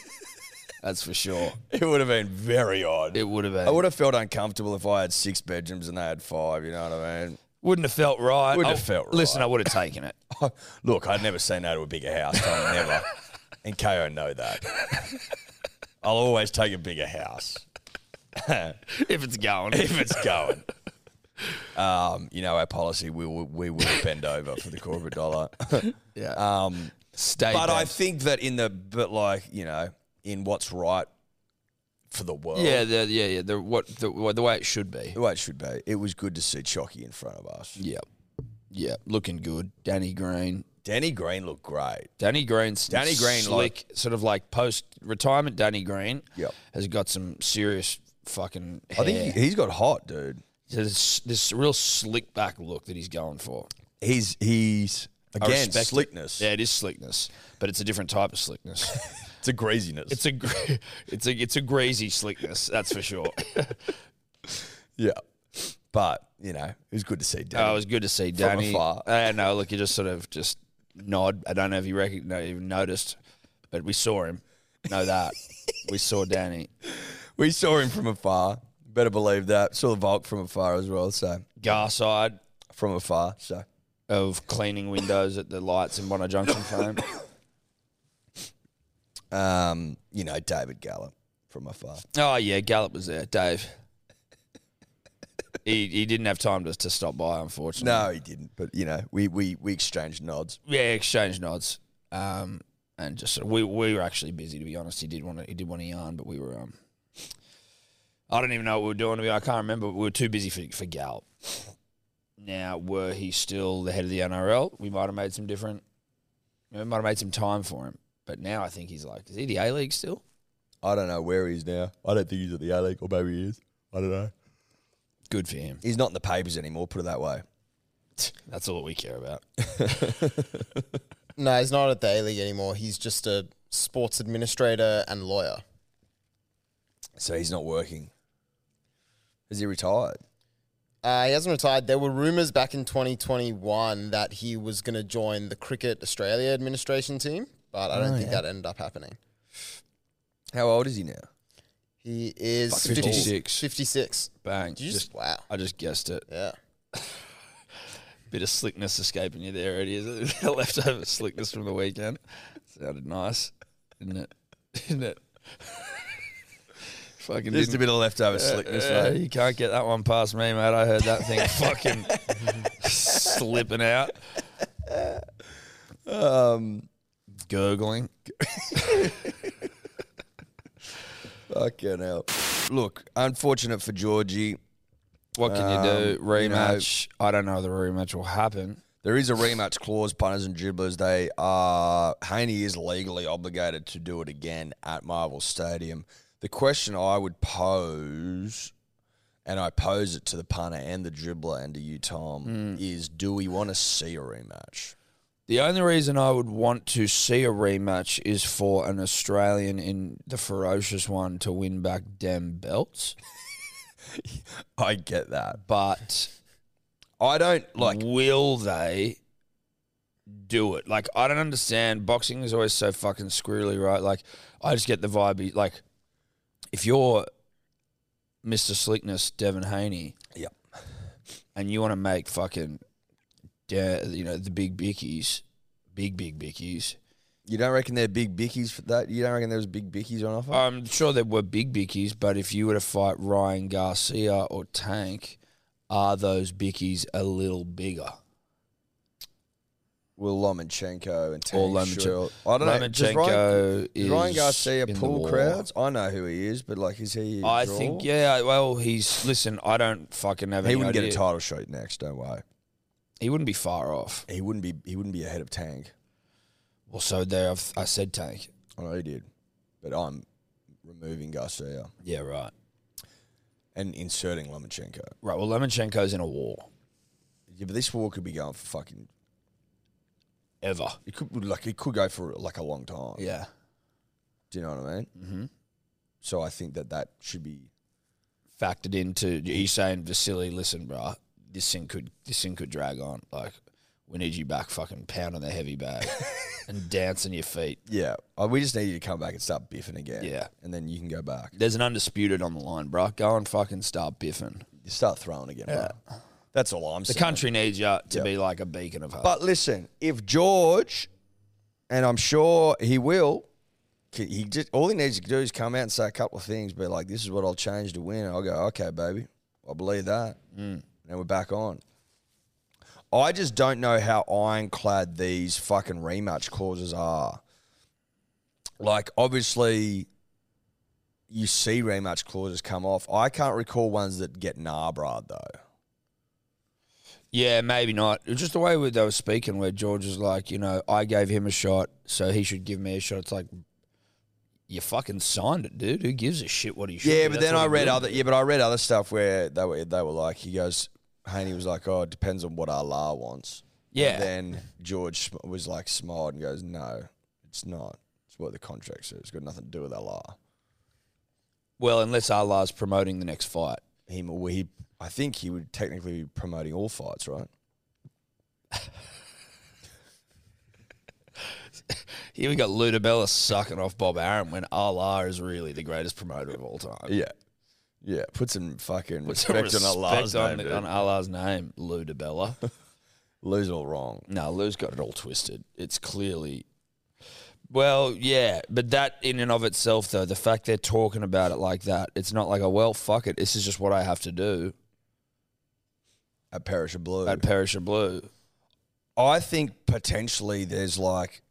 Speaker 1: That's for sure.
Speaker 2: It would have been very odd.
Speaker 1: It would have been.
Speaker 2: I would have felt uncomfortable if I had six bedrooms and they had five. You know what I mean?
Speaker 1: wouldn't have felt right.
Speaker 2: Wouldn't
Speaker 1: I-
Speaker 2: have felt
Speaker 1: Listen,
Speaker 2: right.
Speaker 1: I would have taken it.
Speaker 2: Look, I'd never say no to a bigger house. Tom, never. And KO know that. I'll always take a bigger house
Speaker 1: if it's going.
Speaker 2: if it's going. Um, you know our policy. We will, we will bend over for the corporate dollar.
Speaker 1: yeah.
Speaker 2: Um,
Speaker 1: Stay.
Speaker 2: but I
Speaker 1: bent.
Speaker 2: think that in the but like you know in what's right for the world.
Speaker 1: yeah, the, yeah, yeah. The what the, what- the way it should be.
Speaker 2: The way it should be. It was good to see Chucky in front of us.
Speaker 1: Yeah, yeah. Looking good. Danny Green,
Speaker 2: Danny Green looked great.
Speaker 1: Danny Green's
Speaker 2: Danny Green,
Speaker 1: slick, sort of like post retirement. Danny Green,
Speaker 2: Yep.
Speaker 1: has got some serious fucking. Hair.
Speaker 2: I think he, he's got hot, dude.
Speaker 1: there's this real slick back look that he's going for.
Speaker 2: He's he's again
Speaker 1: respect it.
Speaker 2: slickness.
Speaker 1: Yeah, it is slickness, but it's a different type of slickness.
Speaker 2: It's a greasiness.
Speaker 1: it's a, gre- it's a, it's a greasy slickness. That's for sure.
Speaker 2: yeah, but you know it was good to see Danny.
Speaker 1: Oh, it was good to see Danny.
Speaker 2: afar.
Speaker 1: Uh, no, look, he just sort of just nod. I don't know if you recogn- no, even noticed, but we saw him. Know that we saw Danny
Speaker 2: we saw him from afar. Better believe that. Saw the Volk from afar as well. So
Speaker 1: Garside
Speaker 2: from afar. So
Speaker 1: of cleaning windows at the lights in Bondi Junction frame.
Speaker 2: um, you know David Gallup from afar.
Speaker 1: Oh yeah, Gallup was there, Dave. He, he didn't have time to, to stop by, unfortunately.
Speaker 2: No, he didn't. But you know we we we exchanged nods.
Speaker 1: Yeah, exchange nods. Um, and just we we were actually busy to be honest. He did want to he did want to yarn, but we were um. I don't even know what we were doing. I can't remember. We were too busy for for Gal. Now, were he still the head of the NRL, we might have made some different. We might have made some time for him. But now I think he's like, is he the A League still?
Speaker 2: I don't know where he is now. I don't think he's at the A League, or maybe he is. I don't know.
Speaker 1: Good for him.
Speaker 2: He's not in the papers anymore. Put it that way.
Speaker 1: That's all that we care about.
Speaker 3: No, he's not at the A League anymore. He's just a sports administrator and lawyer.
Speaker 2: So he's not working. Is he retired?
Speaker 3: Uh, he hasn't retired. There were rumours back in 2021 that he was going to join the Cricket Australia administration team, but I don't think that ended up happening.
Speaker 2: How old is he now?
Speaker 3: He is
Speaker 1: Fucking 56.
Speaker 3: 56.
Speaker 1: Bang.
Speaker 3: Did you just,
Speaker 1: Just,
Speaker 3: wow.
Speaker 1: I just guessed it.
Speaker 3: Yeah.
Speaker 1: Bit of slickness escaping you there. It is leftover slickness from the weekend. Sounded nice, didn't it? Didn't it? Fucking
Speaker 2: Just a
Speaker 1: didn't-
Speaker 2: bit of leftover slickness,
Speaker 1: Yeah,
Speaker 2: mate.
Speaker 1: you can't get that one past me, mate. I heard that thing fucking slipping out,
Speaker 2: Um,
Speaker 1: gurgling.
Speaker 2: fucking hell. Look, unfortunate for Georgie.
Speaker 1: What can you do?
Speaker 2: Um, you know-
Speaker 1: Rematch. I don't know if the rematch will happen.
Speaker 2: There is a rematch clause, punters and dribblers. They are Haney is legally obligated to do it again at Marvel Stadium. The question I would pose, and I pose it to the punter and the dribbler and to you,
Speaker 1: Hmm.
Speaker 2: Tom, is do we want to see a rematch?
Speaker 1: The only reason I would want to see a rematch is for an Australian in the ferocious one to win back dem belts,
Speaker 2: I get that.
Speaker 1: but
Speaker 2: I don't like
Speaker 1: like will they do it? Like I don't understand. Boxing is always so fucking squirrely, right? Like I just get the vibe. he- Like if you're Mr. Slickness, Devin Haney,
Speaker 2: Yep.
Speaker 1: and you want to make fucking, da- you know, the big bickies, big big bickies.
Speaker 2: you don't reckon they're big bickies for that? You don't reckon there's big bickies on offer?
Speaker 1: I'm sure there were big bickies, but if you were to fight Ryan Garcia or Tank, are those bickies a little bigger?
Speaker 2: Will Lomachenko and
Speaker 1: Or
Speaker 2: Tank
Speaker 1: Lomachenko.
Speaker 2: Short- I don't know. Does Ryan,
Speaker 1: Lomachenko
Speaker 2: does Ryan
Speaker 1: is
Speaker 2: Garcia
Speaker 1: in the
Speaker 2: pull
Speaker 1: war.
Speaker 2: crowds? I know who he is, but like, is he? a
Speaker 1: I
Speaker 2: draw?
Speaker 1: think yeah. Well, he's listen. I don't fucking have.
Speaker 2: He
Speaker 1: any
Speaker 2: wouldn't get a
Speaker 1: idea.
Speaker 2: title shot next, don't worry.
Speaker 1: He wouldn't be far off.
Speaker 2: He wouldn't be he wouldn't be ahead of Tank.
Speaker 1: Well, so there. I've, I said Tank.
Speaker 2: I know he did. But I'm removing Garcia
Speaker 1: Yeah, right.
Speaker 2: and inserting Lomachenko.
Speaker 1: Right. Well, Lemonchenko's in a war.
Speaker 2: Yeah, but this war could be going for fucking
Speaker 1: Ever.
Speaker 2: it could like it could go for like a long time.
Speaker 1: Yeah.
Speaker 2: Do you know what I mean?
Speaker 1: Mm-hmm.
Speaker 2: So I think that that should be
Speaker 1: Factored into he's saying Vasily, listen, bruh, this thing could this thing could drag on. Like, we need you back, fucking pounding the heavy bag and dancing your feet.
Speaker 2: yeah. Uh, We just need you to come back and start biffing again.
Speaker 1: Yeah.
Speaker 2: and then you can go back.
Speaker 1: There's an undisputed on the line, bruh. Go and fucking start biffing.
Speaker 2: You start throwing again. bro. That's all I'm
Speaker 1: The
Speaker 2: saying.
Speaker 1: country needs you to
Speaker 2: Yeah.
Speaker 1: be like a beacon of hope.
Speaker 2: But listen, if George, and I'm sure he will, c- he just all he needs to do is come out and say a couple of things. But like, this is what I'll change to win. And I'll go, okay, baby, I believe that, and we're back on. I just don't know how ironclad these fucking rematch clauses are. Like, obviously, you see rematch clauses come off. I can't recall ones that get Narbra though.
Speaker 1: Yeah, maybe not. It was just the way we- they were speaking, where George was like, you know, I gave him a shot, so he should give me a shot. It's like, you fucking signed it, dude. Who gives a shit what he should?
Speaker 2: Yeah,
Speaker 1: do?
Speaker 2: but
Speaker 1: That's
Speaker 2: then
Speaker 1: what
Speaker 2: I
Speaker 1: I'm
Speaker 2: read
Speaker 1: doing.
Speaker 2: other yeah, but I read other stuff where they were they were like he goes Haney was like oh it depends on what Allah wants. And
Speaker 1: Yeah.
Speaker 2: then George sm- was like smiled and goes no it's not it's what the contract says it's got nothing to do with Allah.
Speaker 1: Well, unless Allah's promoting the next fight,
Speaker 2: He well, he I think he would technically be promoting all fights right.
Speaker 1: here we got Ludabella sucking off Bob Arum when Allah is really the greatest promoter of all time.
Speaker 2: Yeah, yeah. Put some fucking
Speaker 1: Put some
Speaker 2: respect, on Allah's
Speaker 1: respect on,
Speaker 2: name.
Speaker 1: the- on
Speaker 2: dude.
Speaker 1: Allah's name, Ludabella.
Speaker 2: Lose all wrong.
Speaker 1: No, Lou's got it all twisted. It's clearly. Well, yeah, but that in and of itself, though, the fact they're talking about it like that, it's not like, oh, well, fuck it. This is just what I have to do
Speaker 2: At Parish of Blue.
Speaker 1: at Parish of Blue.
Speaker 2: I think potentially there's like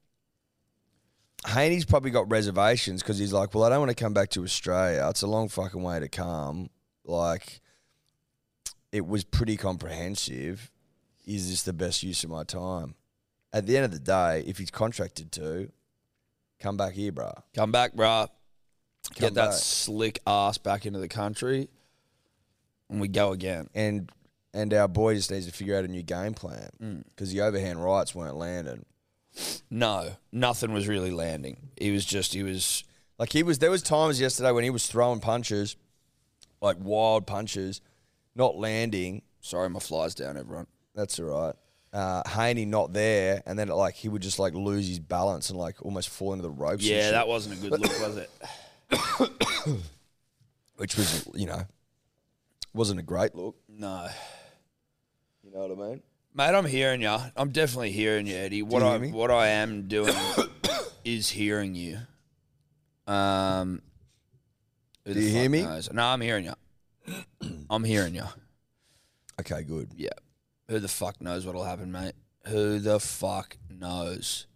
Speaker 2: Haney's probably got reservations because he's like, well, I don't want to come back to Australia. It's a long fucking way to come. Like, it was pretty comprehensive. Is this the best use of my time? At the end of the day, if he's contracted to, come back here, bruh.
Speaker 1: Come back, bruh.
Speaker 2: Come
Speaker 1: Get that
Speaker 2: back.
Speaker 1: slick ass back into the country. And we go again.
Speaker 2: And and our boy just needs to figure out a new game plan because the overhand rights weren't landing.
Speaker 1: No, nothing was really landing. He was just he was
Speaker 2: Like he was, there was times yesterday when he was throwing punches, like wild punches, not landing.
Speaker 1: sorry, my flies down, everyone.
Speaker 2: That's all right. Uh, Haney not there, and then like he would just like lose his balance and like almost fall into the ropes. and
Speaker 1: Yeah,
Speaker 2: shit,
Speaker 1: that wasn't a good look, was it?
Speaker 2: which was you know wasn't a great look.
Speaker 1: No.
Speaker 2: You know what I mean?
Speaker 1: Mate, I'm hearing you. I'm definitely hearing you, Eddie. What
Speaker 2: you
Speaker 1: I
Speaker 2: hear me?
Speaker 1: what I am doing is hearing you. Um, who
Speaker 2: Do
Speaker 1: the
Speaker 2: you hear
Speaker 1: fuck
Speaker 2: me?
Speaker 1: knows? No, I'm hearing you. I'm hearing you.
Speaker 2: Okay, good.
Speaker 1: Yeah. Who the fuck knows what'll happen, mate? Who the fuck knows?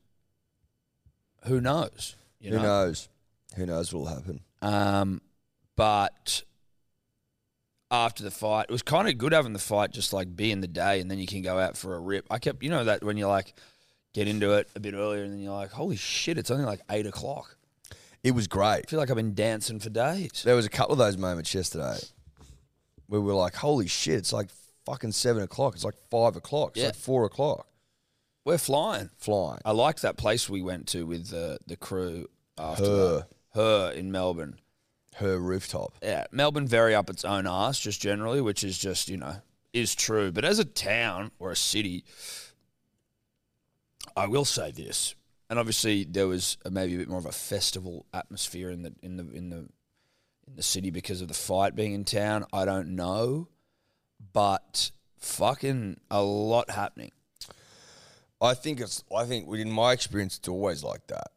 Speaker 1: Who knows? You
Speaker 2: Who knows? Who knows what'll happen?
Speaker 1: Um, but after the fight, it was kind of good having the fight just like be in the day, and then you can go out for a rip. I kept, you know, that when you like get into it a bit earlier, and then you're like, holy shit, it's only like eight o'clock.
Speaker 2: It was great.
Speaker 1: I feel like I've been dancing for days.
Speaker 2: There was a couple of those moments yesterday where we were like, "Holy shit! It's like fucking seven o'clock. It's like five o'clock. It's
Speaker 1: Yeah.
Speaker 2: like four o'clock."
Speaker 1: We're flying.
Speaker 2: Flying.
Speaker 1: I liked that place we went to with the the crew after
Speaker 2: Her.
Speaker 1: that. her in Melbourne.
Speaker 2: Her rooftop.
Speaker 1: Yeah, Melbourne very up its own arse just generally, which is just you know is true. But as a town or a city, I will say this, and obviously there was a, maybe a bit more of a festival atmosphere in the in the in the in the city because of the fight being in town. I don't know, but fucking a lot happening.
Speaker 2: I think it's. I think in my experience, it's always like that.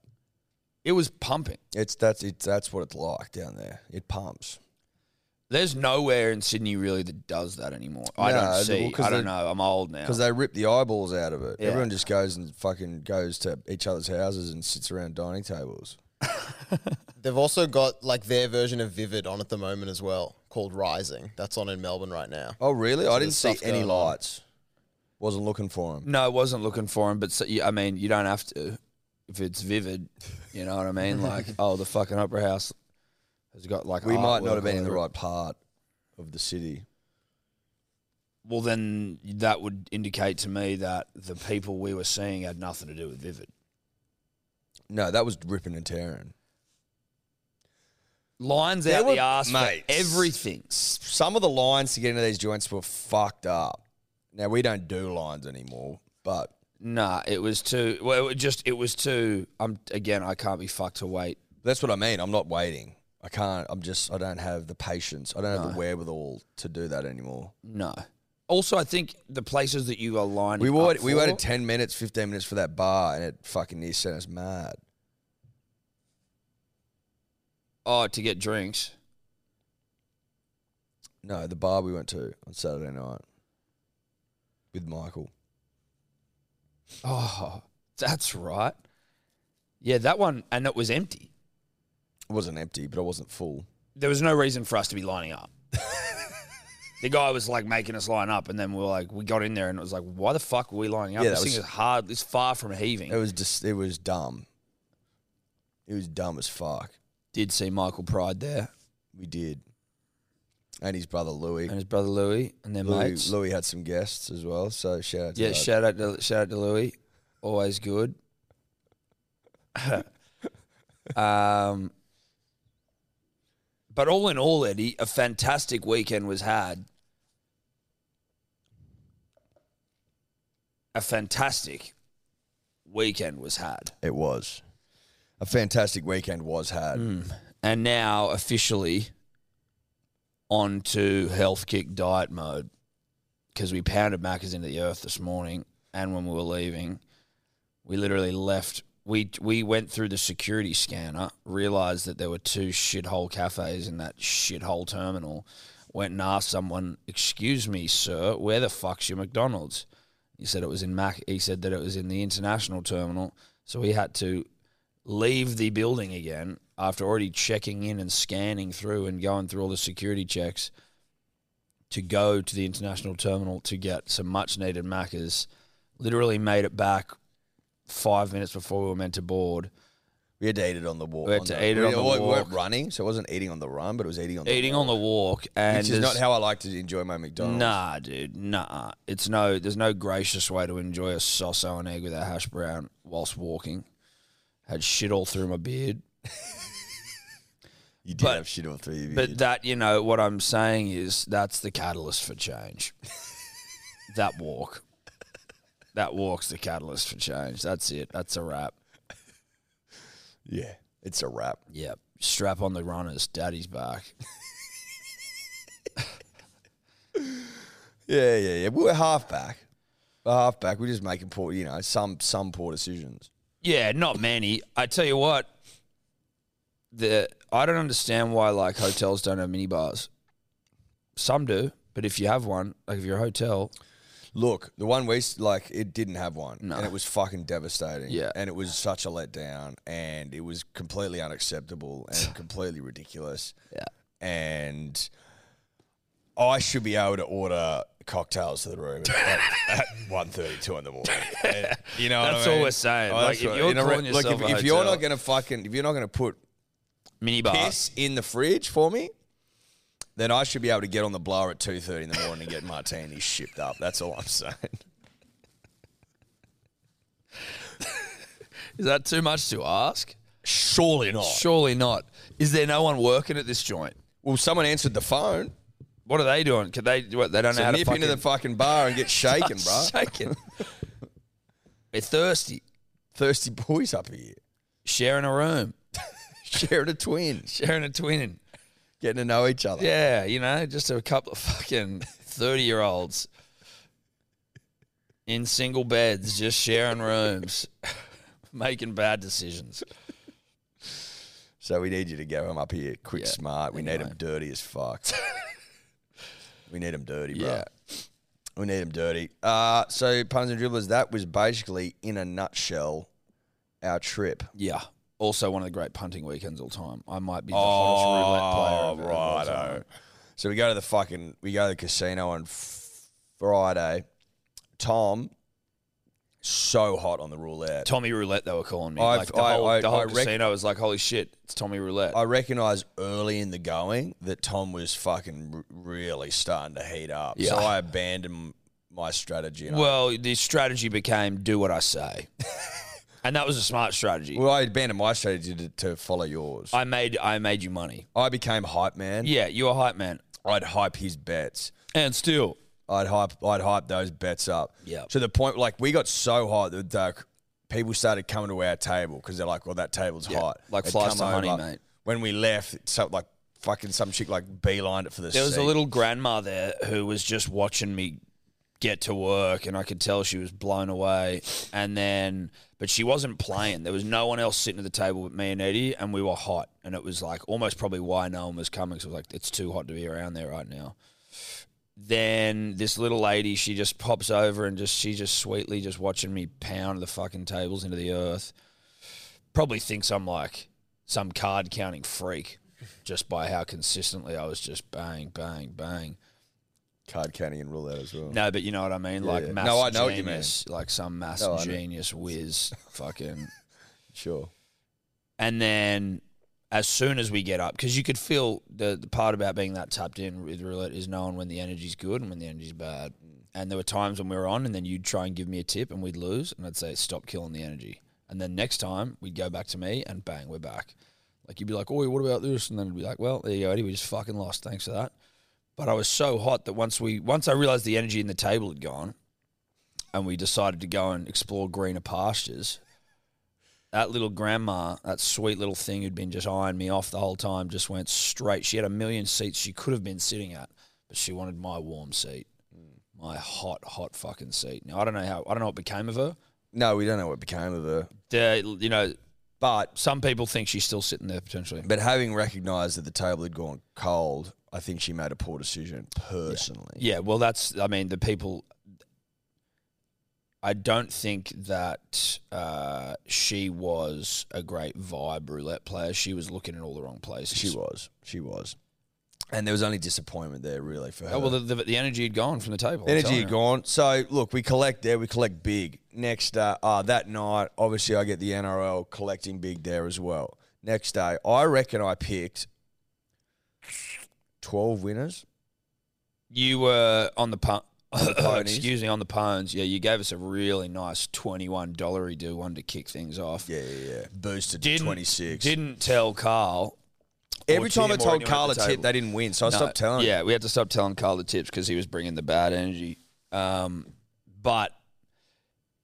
Speaker 1: It was pumping.
Speaker 2: It's that's it's that's what it's like down there. It pumps.
Speaker 1: There's nowhere in Sydney really that does that anymore. I
Speaker 2: No,
Speaker 1: don't
Speaker 2: well,
Speaker 1: see.
Speaker 2: 'cause
Speaker 1: I don't
Speaker 2: they-
Speaker 1: know. I'm old now.
Speaker 2: because they rip the eyeballs out of it.
Speaker 1: Yeah.
Speaker 2: Everyone just goes and fucking goes to each other's houses and sits around dining tables.
Speaker 3: They've also got like their version of Vivid on at the moment as well, called Rising. That's on in Melbourne right now.
Speaker 2: Oh, really? I didn't
Speaker 3: there's
Speaker 2: see
Speaker 3: stuff
Speaker 2: any
Speaker 3: going on.
Speaker 2: lights. Wasn't looking for them.
Speaker 1: No, I wasn't looking for him, but so, yeah, I mean, you don't have to if it's vivid. You know what I mean? Like, oh, the fucking opera house has got like.
Speaker 3: Mm.
Speaker 2: We might not
Speaker 1: artwork
Speaker 2: have been in the
Speaker 1: all over it.
Speaker 2: right part of the city.
Speaker 1: Well, then that would indicate to me that the people we were seeing had nothing to do with vivid.
Speaker 2: No, that was ripping and tearing.
Speaker 1: Lines
Speaker 2: There
Speaker 1: out
Speaker 2: were-
Speaker 1: the arse for
Speaker 2: mate.
Speaker 1: everything.
Speaker 2: Some of the lines to get into these joints were fucked up. Now we don't do lines anymore, but
Speaker 1: Nah, it was too. Well, it was just it was too. I'm again. I can't be fucked to wait.
Speaker 2: that's what I mean. I'm not waiting. I can't. I'm just. I don't have the patience. I don't have the wherewithal to do that anymore.
Speaker 1: No. Also, I think the places that you are lining
Speaker 2: We waited,
Speaker 1: up
Speaker 2: we
Speaker 1: for-
Speaker 2: waited 10 minutes, 15 minutes for that bar, and it fucking near sent us mad.
Speaker 1: oh to get drinks.
Speaker 2: No, the bar we went to on Saturday night with Michael.
Speaker 1: Oh, that's right. Yeah, that one, and it was empty.
Speaker 2: It wasn't empty, but I wasn't full.
Speaker 1: There was no reason for us to be lining up. the guy was like making us line up, and then we were like, we got in there, and it was like, why the fuck were we lining up?
Speaker 2: Yeah,
Speaker 1: this
Speaker 2: that
Speaker 1: thing is
Speaker 2: was-
Speaker 1: hard. It's far from heaving.
Speaker 2: It was just, it was dumb. It was dumb as fuck.
Speaker 1: Did see Michael Pride there
Speaker 2: We did. And his brother Louis.
Speaker 1: and his brother Louis and their
Speaker 2: Louis,
Speaker 1: mates.
Speaker 2: Louis had some guests as well, so shout out to
Speaker 1: yeah,
Speaker 2: that.
Speaker 1: shout out to shout out to Louis. Always good. um, but all in all, Eddie, a fantastic weekend was had. A fantastic weekend was had.
Speaker 2: It was. A fantastic weekend was had.
Speaker 1: And now officially on to health kick diet mode. Because we pounded Macca's into the earth this morning and when we were leaving, we literally left we we went through the security scanner, realized that there were two shithole cafes in that shithole terminal, went and asked someone, Excuse me, sir, where the fuck's your McDonald's? He said it was in Mac he said that it was in the international terminal. So we had to leave the building again after already checking in and scanning through and going through all the security checks to go to the international terminal to get some much needed macas. Literally made it back five minutes before we were meant to board.
Speaker 2: We had to eat it on the walk.
Speaker 1: We had
Speaker 2: on
Speaker 1: to
Speaker 2: the-
Speaker 1: eat it
Speaker 2: we-
Speaker 1: on the
Speaker 2: We weren't
Speaker 1: walk.
Speaker 2: running, so it wasn't eating on the run, but it was eating on the
Speaker 1: Eating on the walk and
Speaker 2: Which is not
Speaker 1: there's-
Speaker 2: how I like to enjoy my McDonald's.
Speaker 1: Nah, dude, nah. It's no. There's no gracious way to enjoy a soso and egg with a hash brown whilst walking. Had shit all through my beard.
Speaker 2: You did
Speaker 1: But-
Speaker 2: have shit all through you.
Speaker 1: But that, you know, what I'm saying is that's the catalyst for change. that walk. That walk's the catalyst for change. That's it. That's a wrap.
Speaker 2: yeah, it's a wrap.
Speaker 1: Yep. Strap on the runners. Daddy's back.
Speaker 2: Yeah, yeah, yeah. We're half back. We're half back. We're just making poor, you know, some some poor decisions.
Speaker 1: Yeah, not many. I tell you what, the I don't understand why like hotels don't have minibars. Some do, but if you have one, like if you're a hotel,
Speaker 2: Look, the one we s- like, it didn't have one,
Speaker 1: No.
Speaker 2: and it was fucking devastating.
Speaker 1: Yeah.
Speaker 2: and it was such a letdown, and it was completely unacceptable and completely ridiculous.
Speaker 1: Yeah.
Speaker 2: and I should be able to order cocktails to the room at, at one thirty-two in the morning. And, you know, what I
Speaker 1: That's all
Speaker 2: mean? Oh,
Speaker 1: we're saying. Like,
Speaker 2: that's
Speaker 1: if
Speaker 2: right.
Speaker 1: you're
Speaker 2: In a re-
Speaker 1: calling
Speaker 2: look,
Speaker 1: yourself
Speaker 2: if,
Speaker 1: a
Speaker 2: if you're
Speaker 1: hotel- Uh,
Speaker 2: not gonna fucking, if you're not gonna put
Speaker 1: minibar.
Speaker 2: piss in the fridge for me, then I should be able to get on the blower at two thirty in the morning and get martinis shipped up. That's all I'm saying.
Speaker 1: Is that too much to ask?
Speaker 2: Surely not.
Speaker 1: Surely not. Is there no one working at this joint?
Speaker 2: Well, someone answered the phone.
Speaker 1: What are they doing? Could they? What, they don't know
Speaker 2: So
Speaker 1: how to
Speaker 2: nip
Speaker 1: fucking,
Speaker 2: into the fucking bar and get shaken, bro.
Speaker 1: Shaking. They're thirsty.
Speaker 2: Thirsty boys up here.
Speaker 1: Sharing a room.
Speaker 2: Sharing a twin.
Speaker 1: Sharing a twin.
Speaker 2: Getting to know each other.
Speaker 1: Yeah, you know, just a couple of fucking 30 year olds in single beds, just sharing rooms, making bad decisions.
Speaker 2: So we need you to get them up here quick,
Speaker 1: Yeah.
Speaker 2: smart. We need
Speaker 1: Anyway.
Speaker 2: 'em need them dirty as fuck. we need them dirty, bro.
Speaker 1: Yeah.
Speaker 2: We need them dirty. Uh, so puns and dribblers, that was basically in a nutshell our trip.
Speaker 1: Yeah. Also, one of the great punting weekends of all time. I might be the
Speaker 2: Oh,
Speaker 1: hottest roulette player. Of all time.
Speaker 2: So we go to the fucking we go to the casino on f- Friday. Tom, so hot on the roulette.
Speaker 1: Tommy Roulette, they were calling me.
Speaker 2: I've-
Speaker 1: like the
Speaker 2: I-
Speaker 1: whole,
Speaker 2: I-
Speaker 1: the whole
Speaker 2: I rec-
Speaker 1: casino was like, holy shit, it's Tommy Roulette.
Speaker 2: I recognised early in the going that Tom was fucking r- really starting to heat up.
Speaker 1: Yeah.
Speaker 2: So I abandoned my strategy. And I-
Speaker 1: well, the strategy became do what I say. and that was a smart strategy.
Speaker 2: well, I abandoned my strategy to, to follow yours. I,
Speaker 1: I made I made you money.
Speaker 2: became hype man.
Speaker 1: Yeah, you were hype man.
Speaker 2: I'd hype his bets.
Speaker 1: And still,
Speaker 2: I'd hype I'd hype those bets up.
Speaker 1: Yeah.
Speaker 2: To the point like we got so hot that like, people started coming to our table because they're like, well, that table's hot.
Speaker 1: like
Speaker 2: They'd
Speaker 1: flies
Speaker 2: come
Speaker 1: to honey,
Speaker 2: over.
Speaker 1: mate.
Speaker 2: When we left, so like fucking some chick like beelined it for the
Speaker 1: There was
Speaker 2: seat.
Speaker 1: a little grandma there who was just watching me get to work, and I could tell she was blown away. And then, but she wasn't playing. There was no one else sitting at the table but me and Eddie, and we were hot. And it was like almost probably why no one was coming because it was like it's too hot to be around there right now. Then this little lady, she just pops over and just she just sweetly just watching me pound the fucking tables into the earth. Probably thinks I'm like some card counting freak just by how consistently I was just bang, bang, bang.
Speaker 2: card counting and roulette as well.
Speaker 1: No, but you know what I mean? Like
Speaker 2: yeah.
Speaker 1: mass
Speaker 2: No, I know what you
Speaker 1: genius, like some mass
Speaker 2: No, I know.
Speaker 1: genius whiz fucking.
Speaker 2: Sure.
Speaker 1: And then as soon as we get up, because you could feel the, the part about being that tapped in with roulette is knowing when the energy's good and when the energy's bad. And there were times when we were on, and then you'd try and give me a tip, and we'd lose, and I'd say, "Stop killing the energy." And then next time we'd go back to me, and bang, we're back. Like you'd be like, "Oi, what about this?" And then it'd be like, "Well, there you go, Eddie. We just fucking lost. Thanks for that." But I was so hot that once we once I realized the energy in the table had gone, and we decided to go and explore greener pastures that little grandma, that sweet little thing who'd been just eyeing me off the whole time, just went straight. She had a million seats she could have been sitting at, but she wanted my warm seat, my hot, hot fucking seat. Now I don't know how. I don't know what became of her.
Speaker 2: No, we don't know what became of her.
Speaker 1: The- you know,
Speaker 2: But
Speaker 1: some people think she's still sitting there potentially.
Speaker 2: But having recognised that the table had gone cold, I think she made a poor decision personally.
Speaker 1: Yeah, well, that's. I mean, the people. I don't think that uh, she was a great vibe roulette player. She was looking in all the wrong places.
Speaker 2: She was. She was. And there was only disappointment there, really, for her.
Speaker 1: Oh well, the, the, the energy had gone from the table. I'm
Speaker 2: Energy
Speaker 1: telling
Speaker 2: had
Speaker 1: you.
Speaker 2: gone. So, look, we collect there. We collect big. Next, uh, uh, that night, obviously, I get the NRL collecting big there as well. Next day, I reckon I picked 12 winners.
Speaker 1: You were on the pump. excuse me, on the Pones. Yeah, you gave us a really nice twenty-one dollar do one to kick things off.
Speaker 2: Yeah, yeah, yeah. Boosted to
Speaker 1: Didn't-
Speaker 2: 26.
Speaker 1: Didn't tell Carl.
Speaker 2: Every
Speaker 1: or
Speaker 2: time
Speaker 1: Tim
Speaker 2: I
Speaker 1: or
Speaker 2: told
Speaker 1: anyone at
Speaker 2: Carl
Speaker 1: the
Speaker 2: a tip,
Speaker 1: table.
Speaker 2: they didn't win, so I
Speaker 1: No,
Speaker 2: stopped telling.
Speaker 1: Yeah, we had to stop telling Carl the tips because he was bringing the bad energy. Um, but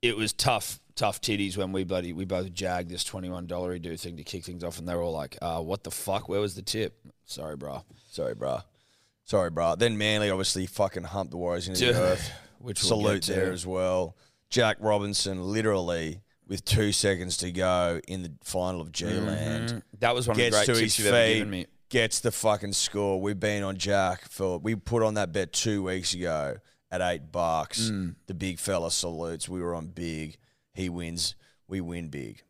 Speaker 1: it was tough, tough titties when we bloody we both jagged this twenty-one dollar do thing to kick things off, and they were all like, uh, "What the fuck? Where was the tip?" Sorry, bro.
Speaker 2: Sorry, bruh. Sorry, bruh. Then Manly obviously fucking humped the Warriors into
Speaker 1: Dude,
Speaker 2: the earth.
Speaker 1: which we'll
Speaker 2: salute
Speaker 1: get to.
Speaker 2: there as well. Jack Robinson literally with two seconds to go in the final of G Land
Speaker 1: Mm, That was one of the
Speaker 2: gets
Speaker 1: great
Speaker 2: to
Speaker 1: tips
Speaker 2: his
Speaker 1: you've ever given
Speaker 2: feet,
Speaker 1: me.
Speaker 2: gets the fucking score. We've been on Jack for we put on that bet two weeks ago at eight bucks.
Speaker 1: Hmm.
Speaker 2: The big fella salutes. We were on big. He wins. We win big.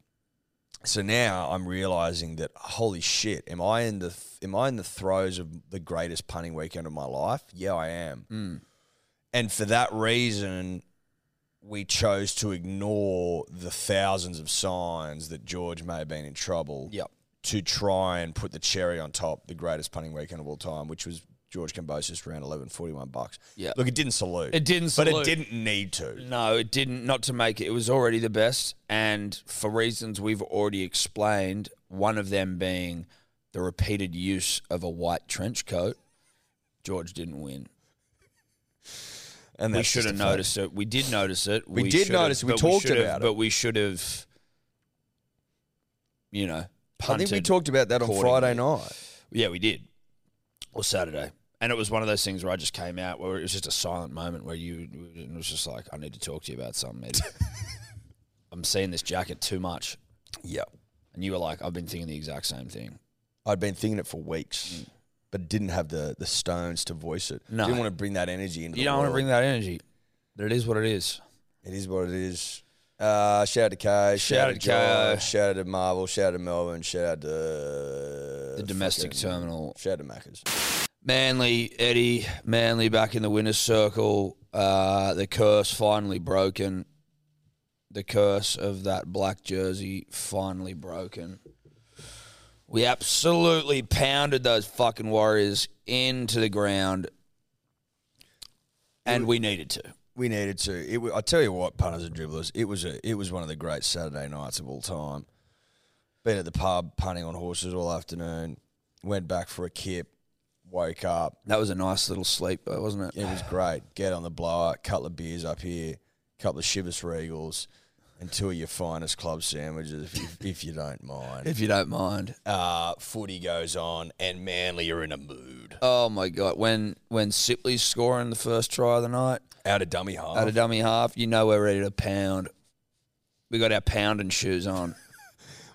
Speaker 2: So now I'm realizing that holy shit, am I in the am I in the throes of the greatest punting weekend of my life? Yeah, I am.
Speaker 1: Mm.
Speaker 2: And for that reason, we chose to ignore the thousands of signs that George may have been in trouble
Speaker 1: Yep.
Speaker 2: to try and put the cherry on top, the greatest punting weekend of all time, which was George Cambosis around eleven forty one bucks.
Speaker 1: Yeah.
Speaker 2: look, it didn't salute.
Speaker 1: It didn't
Speaker 2: but
Speaker 1: salute. Mm.
Speaker 2: it didn't need to.
Speaker 1: No, it didn't. Not to make it. It was already the best, and for reasons we've already explained, one of them being the repeated use of a white trench coat. George didn't win.
Speaker 2: And
Speaker 1: we
Speaker 2: that's
Speaker 1: should
Speaker 2: just
Speaker 1: have
Speaker 2: a fact.
Speaker 1: noticed it. We did notice it.
Speaker 2: We did
Speaker 1: should have-
Speaker 2: notice it. We
Speaker 1: but
Speaker 2: talked
Speaker 1: should have-
Speaker 2: about it.
Speaker 1: But we should have, you know,
Speaker 2: I
Speaker 1: punted.
Speaker 2: think we talked about that on
Speaker 1: accordingly.
Speaker 2: Friday night.
Speaker 1: Yeah, we did. Or Saturday. And it was one of those things where I just came out where it was just a silent moment where you it was just like, I need to talk to you about something. Ed. I'm seeing this jacket too much.
Speaker 2: Yeah,
Speaker 1: And you were like, I've been thinking the exact same thing.
Speaker 2: I'd been thinking it for weeks, but didn't have the the stones to voice it.
Speaker 1: Mm. No.
Speaker 2: Didn't want to bring that energy into.
Speaker 1: You
Speaker 2: the
Speaker 1: don't want to
Speaker 2: world.
Speaker 1: bring that energy. But it is what it is.
Speaker 2: It is what it is. Uh, shout out to Kay. Shout,
Speaker 1: Shout
Speaker 2: out to
Speaker 1: out to
Speaker 2: George,
Speaker 1: Kay.
Speaker 2: Shout out to Marvel. Shout out to Melbourne. Shout out to
Speaker 1: The domestic
Speaker 2: fucking-
Speaker 1: terminal.
Speaker 2: Shout out to Maccas.
Speaker 1: Manly, Eddie, Manly back in the winner's circle. Uh, the curse finally broken. The curse of that black jersey finally broken. We absolutely pounded those fucking Warriors into the ground. And we needed to.
Speaker 2: We needed to. It. wa- I tell you what, punters and dribblers. It was a. It was one of the great Saturday nights of all time. Been at the pub punting on horses all afternoon. Went back for a kip. Woke up.
Speaker 1: That was a nice little sleep, though, wasn't it?
Speaker 2: It was great. Get on the blower. Couple of beers up here. Couple of Shivers Regals. And two of your finest club sandwiches, if you, if you don't mind.
Speaker 1: If you don't mind.
Speaker 2: uh, footy goes on and Manly are in a mood.
Speaker 1: Oh my god! When when Sipley's scoring the first try of the night,
Speaker 2: Out of dummy half.
Speaker 1: out of dummy half, you know we're ready to pound. We got our pounding shoes on.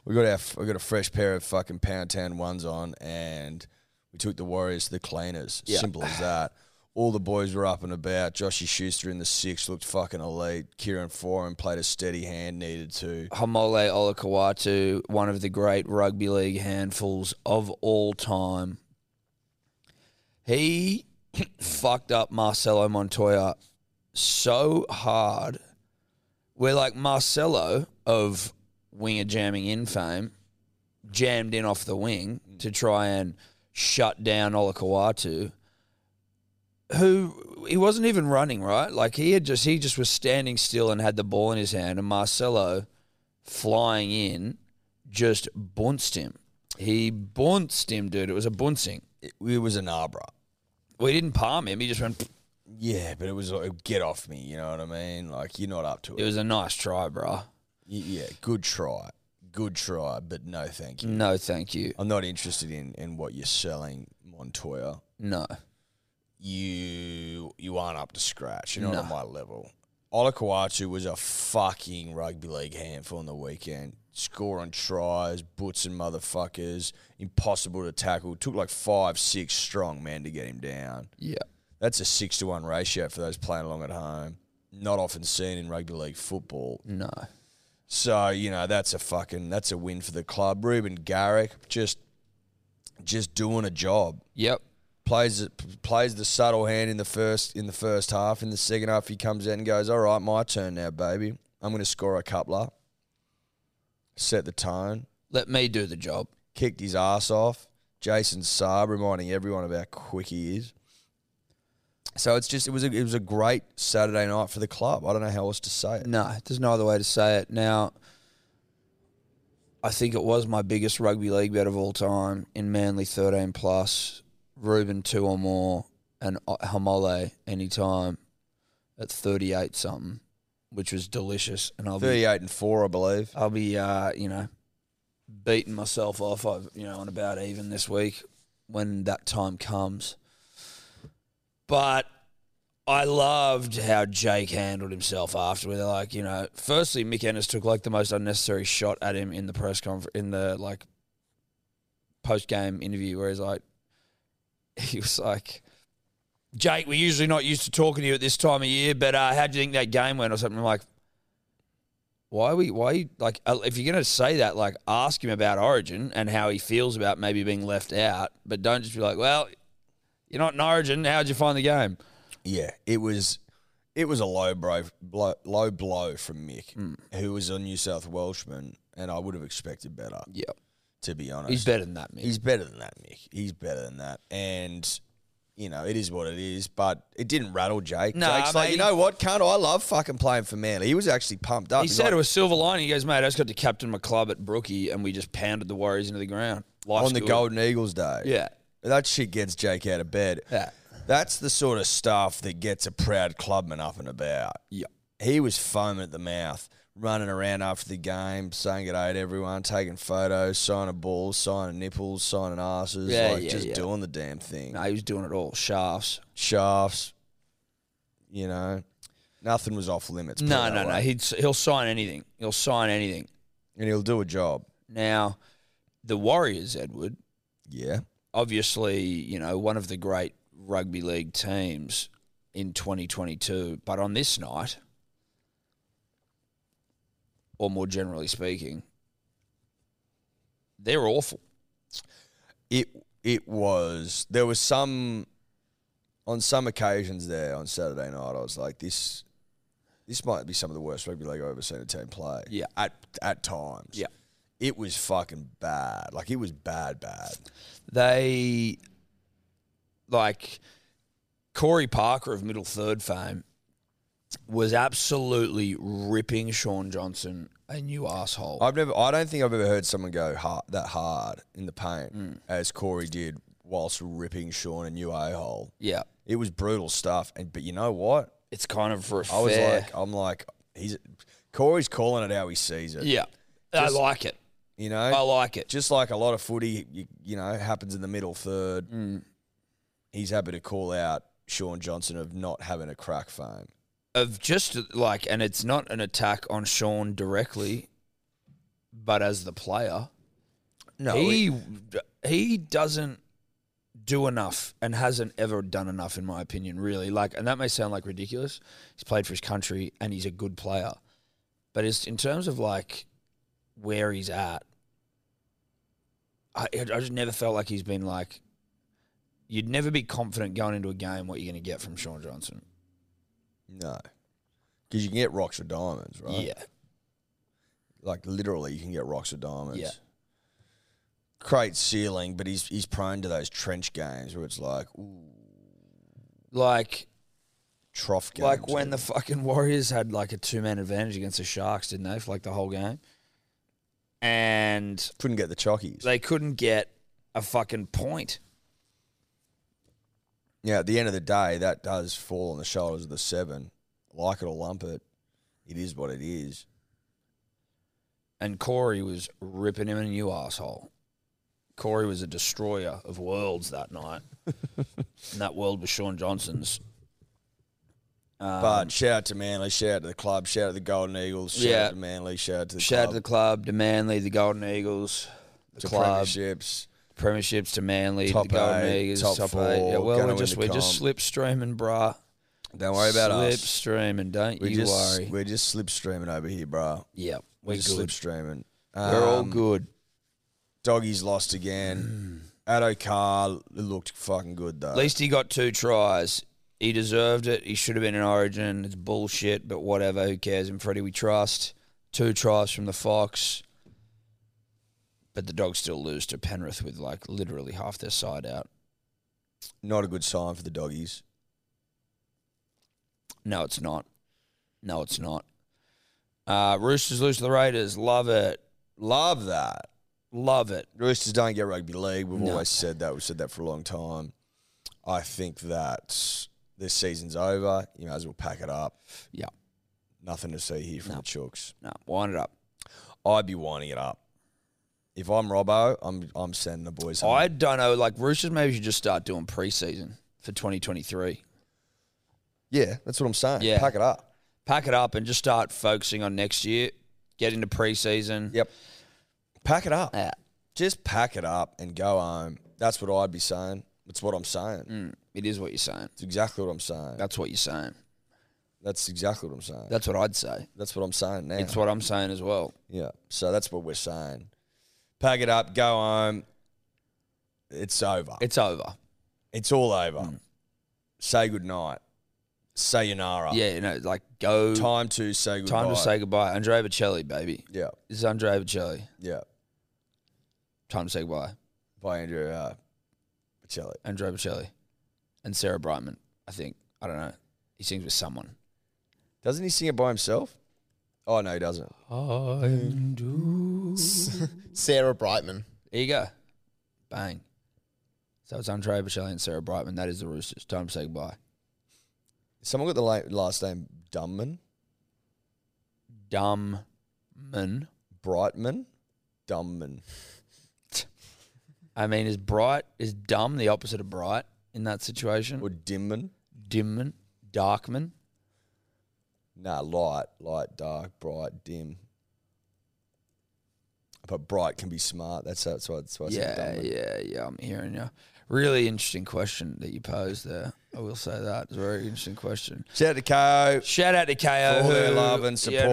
Speaker 2: we got our we got a fresh pair of fucking pound tan ones on and we took the Warriors to the cleaners.
Speaker 1: Yeah.
Speaker 2: Simple as that. All the boys were up and about. Joshy Schuster in the six looked fucking elite. Kieran Foran played a steady hand, needed to.
Speaker 1: Homole Olakawatu, one of the great rugby league handfuls of all time. He fucked up Marcelo Montoya so hard. We're like Marcelo of winger jamming in fame, jammed in off the wing to try and shut down Olakawatu. who he wasn't even running right. Like he had just he just was standing still and had the ball in his hand, and Marcelo flying in just bounced him. He bounced him, dude. It was a bouncing.
Speaker 2: It, it was an Abra.
Speaker 1: We didn't palm him. He just went. "Pfft."
Speaker 2: Yeah, but it was like, get off me, you know what I mean? Like, you're not up to it.
Speaker 1: It was a nice try, bro.
Speaker 2: Y- yeah, good try. Good try, but no thank you.
Speaker 1: No, thank you.
Speaker 2: I'm not interested in, in what you're selling, Montoya.
Speaker 1: No.
Speaker 2: you you aren't up to scratch. You're not
Speaker 1: No.
Speaker 2: on my level. Olakawatu was a fucking rugby league handful on the weekend. Score on tries, boots and motherfuckers, impossible to tackle. Took like five, six strong men to get him down.
Speaker 1: Yeah.
Speaker 2: That's a six to one ratio for those playing along at home. Not often seen in rugby league football.
Speaker 1: No.
Speaker 2: So you know that's a fucking that's a win for the club. Ruben Garrick just just doing a job
Speaker 1: Yep.
Speaker 2: plays plays the subtle hand in the first in the first half. In the second half, he comes out and goes, "All right, my turn now, baby. I'm going to score a coupler." Set the tone.
Speaker 1: Let me do the job.
Speaker 2: Kicked his ass off. Jason Saab reminding everyone about how quick he is. So it's just it was a, it was a great Saturday night for the club. I don't know how else to say it.
Speaker 1: No, there's no other way to say it. Now, I think it was my biggest rugby league bet of all time in Manly 13 plus, Ruben two or more, and O- Hamole anytime at 38 something, which was delicious. And I'll be,
Speaker 2: 38 and 4, I believe.
Speaker 1: I'll be, uh, you know, beating myself off. i you know, on about even this week when that time comes. But I loved how Jake handled himself afterward. Like, you know, firstly, Mick Ennis took like the most unnecessary shot at him in the press conference, in the like post game interview, where he's like, he was like, Jake, we're usually not used to talking to you at this time of year, but uh, how do you think that game went or something? I'm like, why are we, why, are you, like, uh, if you're going to say that, like, ask him about Origin and how he feels about maybe being left out, but don't just be like, well, you're not in Origin. How'd you find the game?
Speaker 2: Yeah, it was it was a low blow, blow low blow from Mick, who was a New South Welshman, and I would have expected better,
Speaker 1: Yep.
Speaker 2: to be honest.
Speaker 1: He's better than that, Mick.
Speaker 2: He's better than that, Mick. He's better than that. And, you know, it is what it is, but it didn't rattle Jake.
Speaker 1: Nah,
Speaker 2: Jake's like,
Speaker 1: mate,
Speaker 2: you know what, cunt, I love fucking playing for Manly. He was actually pumped up.
Speaker 1: he
Speaker 2: He's
Speaker 1: said
Speaker 2: like,
Speaker 1: it was silver lining. He goes, mate, I just got to captain my club at Brookie and we just pounded the Warriors into the ground. Life's
Speaker 2: on the
Speaker 1: good.
Speaker 2: Golden Eagles day.
Speaker 1: Yeah.
Speaker 2: That shit gets Jake out of bed.
Speaker 1: Yeah.
Speaker 2: That's the sort of stuff that gets a proud clubman up and about.
Speaker 1: Yeah.
Speaker 2: He was foaming at the mouth, running around after the game, saying g'day to everyone, taking photos, signing balls, signing nipples, signing asses,
Speaker 1: Yeah,
Speaker 2: like
Speaker 1: yeah,
Speaker 2: just
Speaker 1: yeah.
Speaker 2: doing the damn thing.
Speaker 1: No, he was doing it all. Shafts.
Speaker 2: Shafts, you know, nothing was off limits. put it
Speaker 1: No,
Speaker 2: that
Speaker 1: no, no.
Speaker 2: way.
Speaker 1: He'd, he'll sign anything. He'll sign anything.
Speaker 2: and he'll do a job.
Speaker 1: Now, the Warriors, Edward,
Speaker 2: Yeah.
Speaker 1: obviously, you know, one of the great rugby league teams in 2022. But on this night, or more generally speaking, they're awful.
Speaker 2: It it was there was some on some occasions there on Saturday night I was like this this might be some of the worst rugby league I've ever seen a team play.
Speaker 1: Yeah.
Speaker 2: At at times.
Speaker 1: Yeah.
Speaker 2: It was fucking bad. Like it was bad bad.
Speaker 1: they like Corey Parker of middle third fame was absolutely ripping Sean Johnson a new asshole.
Speaker 2: I've never I don't think I've ever heard someone go hard, that hard in the paint
Speaker 1: Mm.
Speaker 2: as Corey did whilst ripping Sean a new a hole.
Speaker 1: yeah,
Speaker 2: It was brutal stuff. And but you know what?
Speaker 1: it's kind of for a
Speaker 2: I was
Speaker 1: fair-
Speaker 2: like, I'm like, he's Corey's calling it how he sees it.
Speaker 1: yeah, Oh,
Speaker 2: just-
Speaker 1: I like it.
Speaker 2: You know,
Speaker 1: I like it.
Speaker 2: just like a lot of footy, you, you know, happens in the middle third.
Speaker 1: Mm.
Speaker 2: He's happy to call out Sean Johnson of not having a crack fame.
Speaker 1: of just like, and it's not an attack on Sean directly, but as the player,
Speaker 2: No,
Speaker 1: he he doesn't do enough and hasn't ever done enough in my opinion really like and that may sound like ridiculous he's played for his country and he's a good player but it's in terms of like where he's at I, I just never felt like he's been like you'd never be confident going into a game what you're going to get from Sean Johnson
Speaker 2: no, because you can get rocks or diamonds, right?
Speaker 1: yeah
Speaker 2: like literally, you can get rocks or diamonds.
Speaker 1: Yeah.
Speaker 2: Great ceiling, but he's he's prone to those trench games where it's like ooh,
Speaker 1: like
Speaker 2: trough games.
Speaker 1: like when the fucking Warriors had like a two man advantage against the Sharks didn't they for like the whole game and
Speaker 2: couldn't get the chockies.
Speaker 1: they couldn't get a fucking point.
Speaker 2: Yeah, at the end of the day, that does fall on the shoulders of the seven. Like it or lump it, it is what it is.
Speaker 1: And Corey was ripping him a new asshole. Corey was a destroyer of worlds that night. and that world was Sean Johnson's. Um,
Speaker 2: But shout out to Manly, shout out to the club, shout out to the Golden Eagles, shout
Speaker 1: Yeah.
Speaker 2: out to Manly, shout out to the
Speaker 1: shout out to
Speaker 2: club,
Speaker 1: the club, to Manly, the Golden Eagles, the
Speaker 2: to
Speaker 1: club,
Speaker 2: premierships.
Speaker 1: premierships to Manly,
Speaker 2: Top
Speaker 1: the Golden
Speaker 2: eight,
Speaker 1: Eagles,
Speaker 2: top
Speaker 1: eight. Yeah,
Speaker 2: four,
Speaker 1: well,
Speaker 2: gonna
Speaker 1: we're just
Speaker 2: win
Speaker 1: we're
Speaker 2: the
Speaker 1: just
Speaker 2: comp.
Speaker 1: slipstreaming, brah.
Speaker 2: Don't worry about us.
Speaker 1: Slipstreaming, don't
Speaker 2: We're
Speaker 1: you
Speaker 2: just
Speaker 1: worry.
Speaker 2: we're just slipstreaming over here, bro.
Speaker 1: Yeah,
Speaker 2: We're
Speaker 1: we're
Speaker 2: just
Speaker 1: good.
Speaker 2: slipstreaming.
Speaker 1: we're all
Speaker 2: Um,
Speaker 1: good.
Speaker 2: Doggies lost again. Addo Carr looked fucking good though.
Speaker 1: At least he got two tries. He deserved it. He should have been in Origin. It's bullshit, but whatever. Who cares? And Freddie, we trust. Two tries from the Fox. But the dogs still lose to Penrith with like literally half their side out.
Speaker 2: Not a good sign for the doggies.
Speaker 1: No, it's not. No, it's not. Uh, Roosters lose to the Raiders. Love it.
Speaker 2: Love that.
Speaker 1: Love it.
Speaker 2: Roosters don't get rugby league. We've
Speaker 1: No.
Speaker 2: always said that. We've said that for a long time. I think that this season's over. You may as well pack it up.
Speaker 1: Yeah.
Speaker 2: Nothing to see here from the Chooks.
Speaker 1: No, wind it up.
Speaker 2: I'd be winding it up. If I'm Robbo, I'm I'm sending the boys home.
Speaker 1: I don't know. Like Roosters, maybe should just start doing preseason for 2023.
Speaker 2: yeah, that's what I'm saying.
Speaker 1: Yeah.
Speaker 2: Pack it up.
Speaker 1: Pack it up and just start focusing on next year. Get into preseason. Ah,
Speaker 2: Yep. Pack it up.
Speaker 1: Yeah.
Speaker 2: Just pack it up and go home. That's what I'd be saying. That's what I'm saying.
Speaker 1: Mm, it is what you're saying.
Speaker 2: That's exactly what I'm saying.
Speaker 1: That's what you're saying.
Speaker 2: That's exactly what I'm saying.
Speaker 1: That's what I'd say.
Speaker 2: That's what I'm saying now.
Speaker 1: It's what I'm saying as well.
Speaker 2: Yeah. So that's what we're saying. Pack it up, go home. It's over.
Speaker 1: It's over.
Speaker 2: It's all over.
Speaker 1: Mm.
Speaker 2: Say goodnight. Sayonara.
Speaker 1: Yeah, you know, like go time,
Speaker 2: Time to say goodbye.
Speaker 1: to say goodbye. Andrea Bocelli, baby.
Speaker 2: Yeah.
Speaker 1: This is Andrea Bocelli.
Speaker 2: Yeah.
Speaker 1: Time to say goodbye.
Speaker 2: By Andrew uh, Bocelli.
Speaker 1: Andrea Bocelli and Sarah Brightman. I think I don't know. He sings with someone.
Speaker 2: Doesn't he sing it by himself? Oh, no, he doesn't.
Speaker 3: Sarah Brightman.
Speaker 1: There you go. Bang. So it's Andrea Bocelli and Sarah Brightman. That is the Roosters. Time to say goodbye.
Speaker 2: Someone got the la- last name Dumman?
Speaker 1: Dumb man.
Speaker 2: Brightman? Dumman.
Speaker 1: I mean, is bright is dumb the opposite of bright in that situation?
Speaker 2: Or Dimman?
Speaker 1: Dimman, darkman.
Speaker 2: Nah, light. Light, dark, bright, dim. But bright can be smart. That's, that's why, that's why I said
Speaker 1: Yeah,
Speaker 2: Dumman.
Speaker 1: yeah, yeah. I'm hearing you. Really interesting question that you posed there. I will say that. It's a very interesting question.
Speaker 2: Shout out to Co.
Speaker 1: Shout out to KO
Speaker 2: For all their
Speaker 1: who,
Speaker 2: love and
Speaker 1: you know,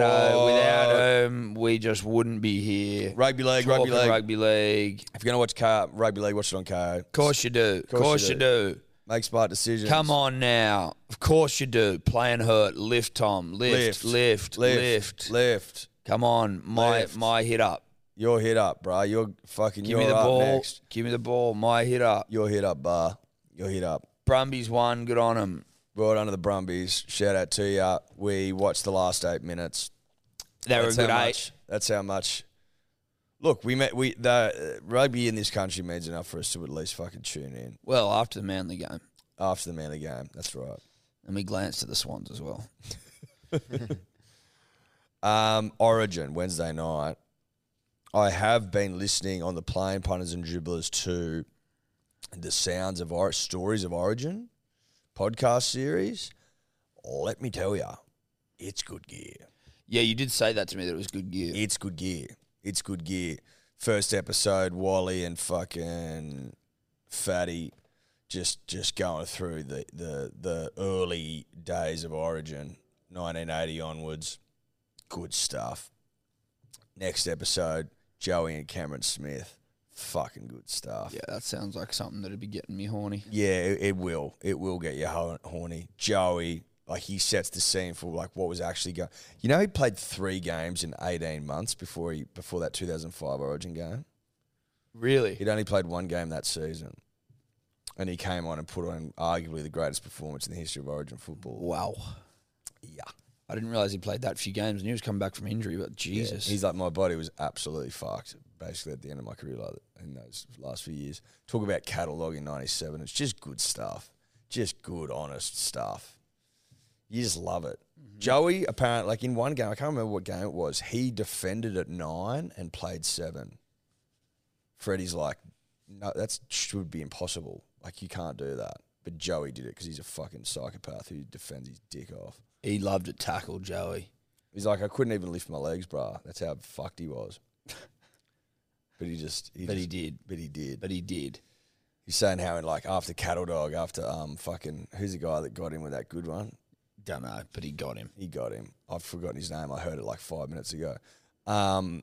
Speaker 1: without
Speaker 2: support.
Speaker 1: him, we just wouldn't be here.
Speaker 2: Rugby league, rugby
Speaker 1: talking
Speaker 2: league.
Speaker 1: rugby league.
Speaker 2: If you're gonna watch Co, rugby league, watch it on Co.
Speaker 1: Of course you do. Of
Speaker 2: course
Speaker 1: course,
Speaker 2: you
Speaker 1: you, do.
Speaker 2: Make smart decisions.
Speaker 1: Come on now. Of course you do. Playing hurt. Lift, Tom. Lift, lift, lift.
Speaker 2: lift, lift.
Speaker 1: Come on, my
Speaker 2: Lift.
Speaker 1: my hit up.
Speaker 2: Your hit up, bro. You're fucking.
Speaker 1: Give
Speaker 2: you're
Speaker 1: me the
Speaker 2: up
Speaker 1: ball.
Speaker 2: Next.
Speaker 1: Give me the ball. My hit up.
Speaker 2: Your hit up, bar. Your hit up.
Speaker 1: Brumbies won. Good on him.
Speaker 2: Well done to the Brumbies. Shout out to you. We watched the last eight minutes.
Speaker 1: They were a
Speaker 2: That's
Speaker 1: good eh?
Speaker 2: how
Speaker 1: eight.
Speaker 2: much. That's how much. Look, we met. We the uh, rugby in this country means enough for us to at least fucking tune in
Speaker 1: Well, after the Manly game,
Speaker 2: after the Manly game. That's right.
Speaker 1: and we glanced at the Swans as well.
Speaker 2: Um, Origin Wednesday night. I have been listening on the plane, punters and dribblers to the sounds of or- stories of Origin podcast series. Let me tell you, it's good gear.
Speaker 1: Yeah, you did say that to me that it was good gear.
Speaker 2: It's good gear. It's good gear. First episode, Wally and fucking Fatty just just going through the the the early days of Origin, 1980 onwards. Good stuff. Next episode, Joey and Cameron Smith. Fucking good stuff.
Speaker 1: Yeah, that sounds like something that'd be getting me horny.
Speaker 2: Yeah, it, it will. It will get you hor- horny. Joey, like he sets the scene for like what was actually going. You know, he played three games in eighteen months before he before that two thousand five Origin game.
Speaker 1: Really?
Speaker 2: He'd only played one game that season, and he came on and put on arguably the greatest performance in the history of Origin football.
Speaker 1: Wow.
Speaker 2: Yeah,
Speaker 1: I didn't realize he played that few games. I knew he was coming back from injury, but Jesus.
Speaker 2: he's like my body was absolutely fucked. Basically, at the end of my career, like in those last few years, talk about catalog in '97. It's just good stuff, just good, honest stuff. You just love it. Joey, apparently, like in one game, I can't remember what game it was. He defended at nine and played seven. Freddie's like, no, that should be impossible. Like you can't do that. But Joey did it because he's a fucking psychopath who defends his dick off.
Speaker 1: he loved to tackle Joey.
Speaker 2: He's like, I couldn't even lift my legs, bruh. That's how fucked he was. but he just, he
Speaker 1: But
Speaker 2: just-
Speaker 1: he did.
Speaker 2: but he did.
Speaker 1: But he did.
Speaker 2: He's saying how in like after Cattle Dog, after um fucking who's the guy that got him with that good one?
Speaker 1: Don't know, but he got him.
Speaker 2: He got him. I've forgotten his name. I heard it like five minutes ago. Um,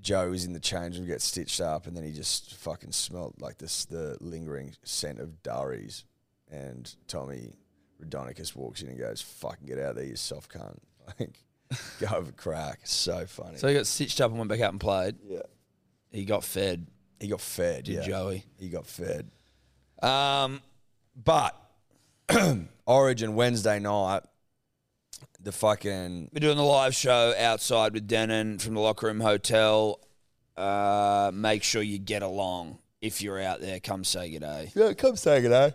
Speaker 2: Joe was in the change room, gets stitched up, and then he just fucking smelled like this the lingering scent of Dari's. And Tommy Radonicus walks in and goes, "Fucking get out of there, you soft cunt!" Like, go have a crack. So funny.
Speaker 1: So he got stitched up and went back out and played.
Speaker 2: yeah.
Speaker 1: He got fed,
Speaker 2: He got fed.
Speaker 1: did
Speaker 2: yeah.
Speaker 1: Joey.
Speaker 2: He got fed.
Speaker 1: Um,
Speaker 2: But Origin Wednesday night, the fucking
Speaker 1: We're doing the live show outside with Denon from the Locker Room Hotel. Uh, make sure you get along. If you're out there, come say good day.
Speaker 2: yeah, come say good day.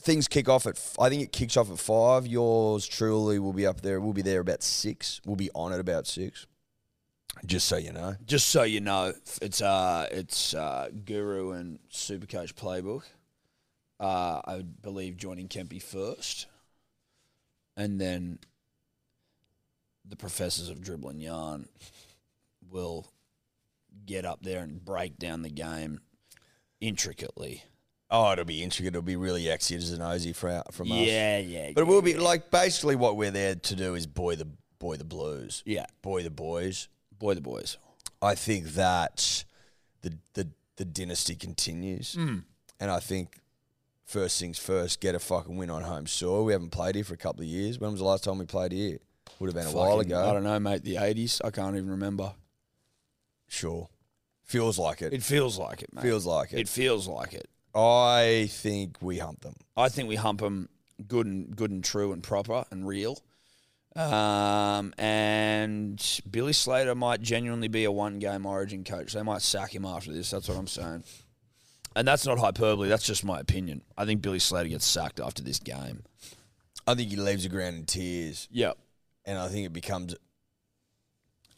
Speaker 2: Things kick off at f- I think it kicks off at five. Yours truly will be up there. We'll be there about six. We'll be on at about six. Just so you know.
Speaker 1: Just so you know, it's uh, it's uh, Guru and Supercoach Playbook. Uh, I would believe joining Kempy first, and then the professors of dribbling yarn will get up there and break down the game intricately.
Speaker 2: Oh, it'll be intricate. It'll be really exes and Aussie from from us.
Speaker 1: Yeah, yeah,
Speaker 2: But it will be like basically what we're there to do is boy the boy the blues,
Speaker 1: yeah.
Speaker 2: boy the boys.
Speaker 1: Boy, the boys.
Speaker 2: I think that the the the dynasty continues,
Speaker 1: Hmm.
Speaker 2: and I think first things first, get a fucking win on home soil. We haven't played here for a couple of years. When was the last time we played here? Would have been a while
Speaker 1: Fucking- I
Speaker 2: ago.
Speaker 1: don't know, mate. The eighties. I can't even remember.
Speaker 2: Sure, feels like it.
Speaker 1: It feels like it, mate.
Speaker 2: feels like
Speaker 1: it
Speaker 2: it.
Speaker 1: feels like it.
Speaker 2: I think we hump them.
Speaker 1: I think we hump them good and good and true and proper and real. Um, and Billy Slater might genuinely be a one-game Origin coach. They might sack him after this. That's what I'm saying. And that's not hyperbole. That's just my opinion. I think Billy Slater gets sacked after this game.
Speaker 2: I think he leaves the ground in tears,
Speaker 1: Yep.
Speaker 2: and I think it becomes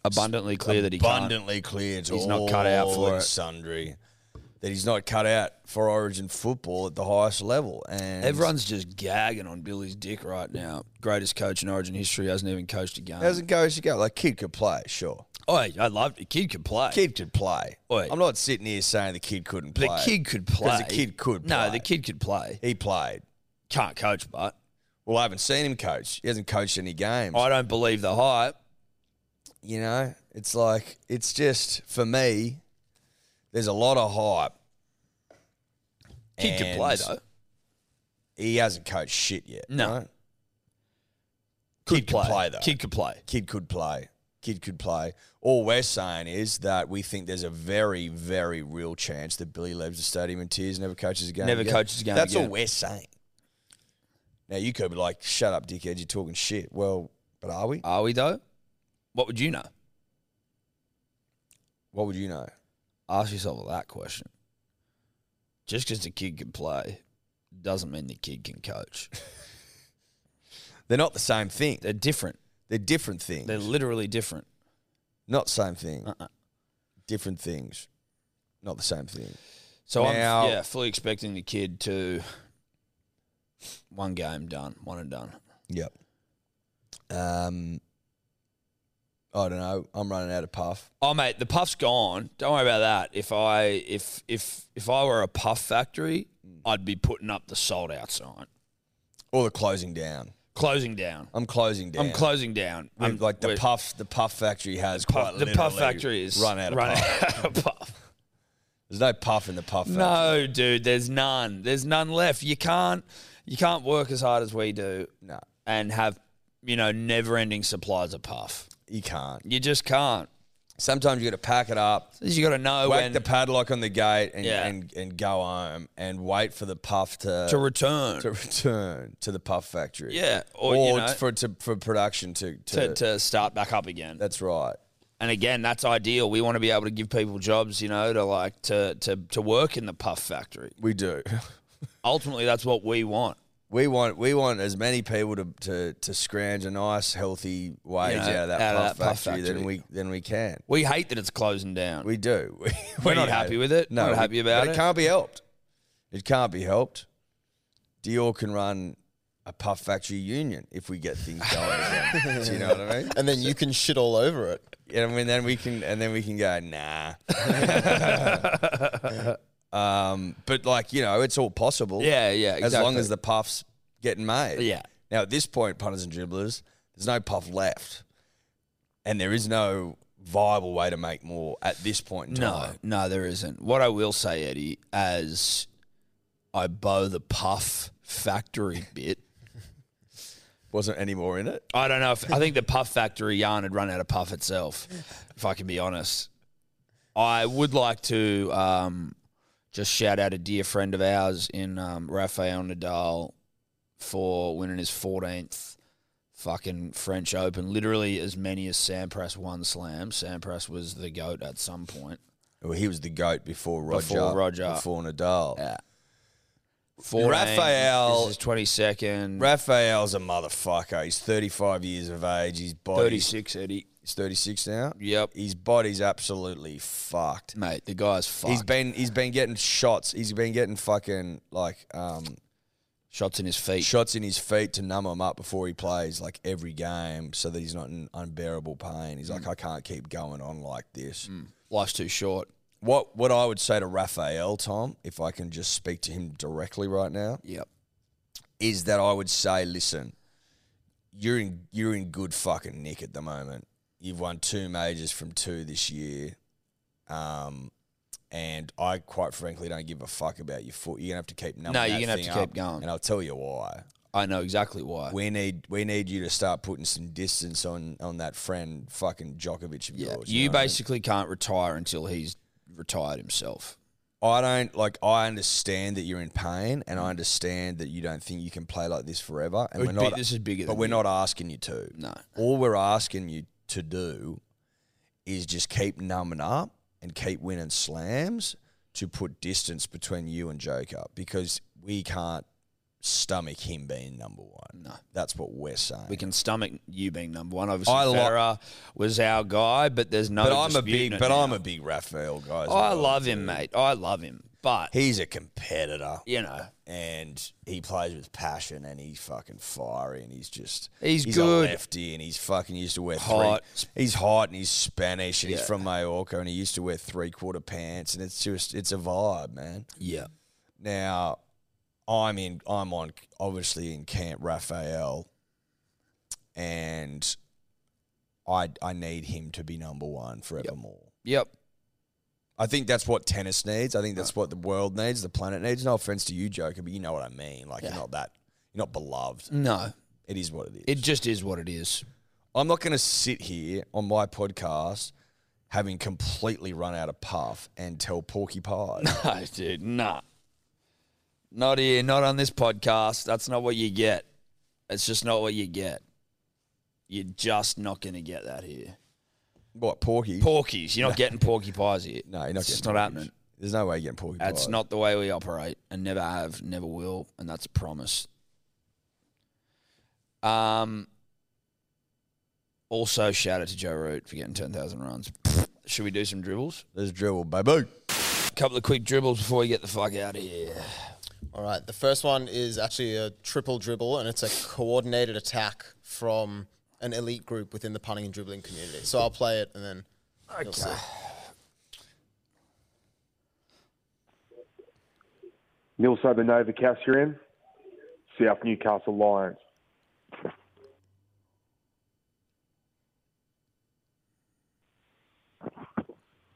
Speaker 1: Abundantly clear that he can't.
Speaker 2: abundantly clear to
Speaker 1: He's not cut out
Speaker 2: all
Speaker 1: for
Speaker 2: and
Speaker 1: it.
Speaker 2: sundry that he's not cut out for Origin football at the highest level. And
Speaker 1: Everyone's just gagging on Billy's dick right now. Greatest coach in Origin history hasn't even coached a game.
Speaker 2: How's it go? As you go, like kid could play, sure.
Speaker 1: Oi, I loved it. Kid could play.
Speaker 2: Kid could play.
Speaker 1: Oi.
Speaker 2: I'm not sitting here saying the kid couldn't
Speaker 1: the
Speaker 2: play.
Speaker 1: kid could
Speaker 2: 'Cause
Speaker 1: play.
Speaker 2: the kid could
Speaker 1: No,
Speaker 2: play.
Speaker 1: the kid could play.
Speaker 2: he played.
Speaker 1: Can't coach, but
Speaker 2: Well, I haven't seen him coach. He hasn't coached any games.
Speaker 1: I don't believe the hype.
Speaker 2: you know, it's like it's just for me. There's a lot of hype.
Speaker 1: Kid could play
Speaker 2: And
Speaker 1: though.
Speaker 2: He hasn't coached shit yet.
Speaker 1: No.
Speaker 2: right?
Speaker 1: Could
Speaker 2: kid could play, though.
Speaker 1: Kid could play.
Speaker 2: kid could play. Kid could play. All we're saying is that we think there's a very, very real chance that Billy leaves the stadium in tears, never coaches a game.
Speaker 1: Never
Speaker 2: again.
Speaker 1: coaches a game
Speaker 2: That's
Speaker 1: again.
Speaker 2: all we're saying. Now you could be like, "Shut up, dickhead! You're talking shit." Well, but are we?
Speaker 1: Are we though? What would you know?
Speaker 2: What would you know?
Speaker 1: Ask yourself that question. Just because the kid can play doesn't mean the kid can coach.
Speaker 2: They're not the same thing.
Speaker 1: They're different.
Speaker 2: They're different things.
Speaker 1: They're literally different.
Speaker 2: not same thing.
Speaker 1: Uh-uh.
Speaker 2: Different things. Not the same thing.
Speaker 1: So
Speaker 2: Now-
Speaker 1: I'm yeah fully expecting the kid to one game done, one and done.
Speaker 2: Yep. Um. I don't know. I'm running out of puff.
Speaker 1: Oh mate, the puff's gone. Don't worry about that. If I if if if I were a puff factory, I'd be putting up the sold out sign.
Speaker 2: Or the closing down.
Speaker 1: Closing down.
Speaker 2: I'm closing down.
Speaker 1: I'm closing down.
Speaker 2: With,
Speaker 1: I'm-
Speaker 2: like the
Speaker 1: we're-
Speaker 2: puff, the puff factory has quite
Speaker 1: the puff
Speaker 2: literally
Speaker 1: factory is
Speaker 2: run out of
Speaker 1: run
Speaker 2: puff.
Speaker 1: out of puff.
Speaker 2: There's no puff in the puff factory.
Speaker 1: No, dude, there's none. There's none left. You can't you can't work as hard as we do
Speaker 2: no,
Speaker 1: and have, you know, never ending supplies of puff.
Speaker 2: you can't.
Speaker 1: You just can't.
Speaker 2: Sometimes you got to pack it up,
Speaker 1: You gotta know
Speaker 2: whack
Speaker 1: when
Speaker 2: the padlock on the gate, and,
Speaker 1: Yeah.
Speaker 2: and and go home and wait for the puff to
Speaker 1: to return.
Speaker 2: to return to the puff factory.
Speaker 1: yeah. Or,
Speaker 2: or,
Speaker 1: you know,
Speaker 2: for to, for production to to,
Speaker 1: to, to start back up again.
Speaker 2: that's right.
Speaker 1: and again, that's ideal. We want to be able to give people jobs, you know, to like to to to work in the puff factory.
Speaker 2: We do.
Speaker 1: Ultimately, that's what we want.
Speaker 2: We want we want as many people to, to, to scrounge a nice healthy wage
Speaker 1: You know,
Speaker 2: out of that,
Speaker 1: out of
Speaker 2: puff,
Speaker 1: that puff
Speaker 2: factory than
Speaker 1: factory.
Speaker 2: we than we can.
Speaker 1: We hate that it's closing down.
Speaker 2: We do. We,
Speaker 1: We're not
Speaker 2: hate
Speaker 1: happy with it. Not
Speaker 2: we-
Speaker 1: happy about
Speaker 2: but
Speaker 1: it.
Speaker 2: It can't be helped. It can't be helped. Dior can run a puff factory union if we get things going again. do you know what I mean?
Speaker 3: And then you can shit all over it.
Speaker 2: And when- then we can and then we can go nah. um, but like you know, it's all possible.
Speaker 1: yeah, yeah. Exactly.
Speaker 2: As long as the puffs getting made.
Speaker 1: Yeah.
Speaker 2: Now at this point, punters and dribblers, there's no puff left, and there is no viable way to make more at this point in time.
Speaker 1: No, no, there isn't. What I will say, Eddie, as I bow the puff factory bit,
Speaker 2: wasn't any more in it.
Speaker 1: I don't know if I think the puff factory yarn had run out of puff itself, if I can be honest. I would like to um, just shout out a dear friend of ours in um, Rafael Nadal for winning his 14th fucking French Open. Literally as many as Sampras won slams. Sampras was the goat at some point.
Speaker 2: Well, he was the goat before Roger.
Speaker 1: Before Roger.
Speaker 2: Before Nadal.
Speaker 1: Yeah. Four
Speaker 2: Raphael-
Speaker 1: This is twenty second.
Speaker 2: Raphael's a motherfucker. He's 35 years of age. His
Speaker 1: Thirty
Speaker 2: body's
Speaker 1: six Eddie.
Speaker 2: he's 36 now.
Speaker 1: Yep.
Speaker 2: His body's absolutely fucked.
Speaker 1: Mate, the guy's fucked.
Speaker 2: He's been he's been getting shots. He's been getting fucking like um,
Speaker 1: Shots in his feet.
Speaker 2: shots in his feet to numb him up before he plays like every game, so that he's not in unbearable pain. He's like, I can't keep going on like this.
Speaker 1: Life's too short.
Speaker 2: What what I would say to Raphael, Tom, if I can just speak to him directly right now,
Speaker 1: Yep.
Speaker 2: is that I would say, listen, you're in you're in good fucking nick at the moment. You've won two majors from two this year, um, and I quite frankly don't give a fuck about your foot. You're gonna have to keep numbing.
Speaker 1: No,
Speaker 2: that
Speaker 1: you're gonna have
Speaker 2: thing
Speaker 1: to keep
Speaker 2: up,
Speaker 1: going.
Speaker 2: and I'll tell you why.
Speaker 1: I know exactly why.
Speaker 2: We need we need you to start putting some distance on on that friend fucking Djokovic of
Speaker 1: yeah.
Speaker 2: yours.
Speaker 1: You
Speaker 2: know what I mean?
Speaker 1: basically can't retire until he's retired himself.
Speaker 2: I don't like. I understand that you're in pain, and I understand that you don't think you can play like this forever. And we're
Speaker 1: But
Speaker 2: not.
Speaker 1: this is bigger
Speaker 2: but
Speaker 1: than
Speaker 2: we're
Speaker 1: you.
Speaker 2: not asking you to.
Speaker 1: No.
Speaker 2: All we're asking you to do is just keep numbing up and keep winning slams to put distance between you and Joker because we can't stomach him being number one.
Speaker 1: No.
Speaker 2: That's what we're saying.
Speaker 1: We can stomach you being number one. Obviously,
Speaker 2: I
Speaker 1: I
Speaker 2: lo-
Speaker 1: Ferrer was our guy, but there's no.
Speaker 2: but I'm a
Speaker 1: disputing
Speaker 2: big.
Speaker 1: it
Speaker 2: But
Speaker 1: now. Oh,
Speaker 2: I'm a big Raphael guy. as
Speaker 1: I
Speaker 2: well.
Speaker 1: love him, mate. I love him, but
Speaker 2: He's a competitor.
Speaker 1: you know,
Speaker 2: and he plays with passion and he's fucking fiery and he's just
Speaker 1: He's
Speaker 2: a
Speaker 1: good.
Speaker 2: lefty and he's fucking used to wear
Speaker 1: Hot.
Speaker 2: three he's hot and he's Spanish and he's
Speaker 1: Yeah.
Speaker 2: from Mallorca and he used to wear three quarter pants and it's just it's a vibe man
Speaker 1: yeah,
Speaker 2: now I'm in I'm on obviously in Camp Raphael and I I need him to be number one forevermore
Speaker 1: yep.
Speaker 2: I think that's what tennis needs. I think that's what the world needs, the planet needs. No offense to you, Joker, but you know what I mean. Like you're not that, you're not beloved.
Speaker 1: No,
Speaker 2: It is what it is.
Speaker 1: it just is what it is.
Speaker 2: I'm not going to sit here on my podcast having completely run out of puff and tell Porky Pie.
Speaker 1: No, dude, nah. Not here, not on this podcast. That's not what you get. It's just not what you get. You're just not going to get that here.
Speaker 2: what Porky?
Speaker 1: Porkies, you're not getting porky pies here.
Speaker 2: no, you're not.
Speaker 1: it's just
Speaker 2: getting
Speaker 1: not
Speaker 2: Porky's.
Speaker 1: happening.
Speaker 2: There's no way you're getting Porky Pie.
Speaker 1: That's not the way we operate, and never have, never will, and that's a promise. Um. Also, shout out to Joe Root for getting ten thousand runs. Should we do some dribbles?
Speaker 2: There's dribble, baby.
Speaker 1: A couple of quick dribbles before we get the fuck out of here.
Speaker 3: All right. The first one is actually a triple dribble, and it's a coordinated attack from an elite group within the punting and dribbling community. So I'll play it, and then you'll see.
Speaker 4: Nil Nova Cassian, South Newcastle Lions.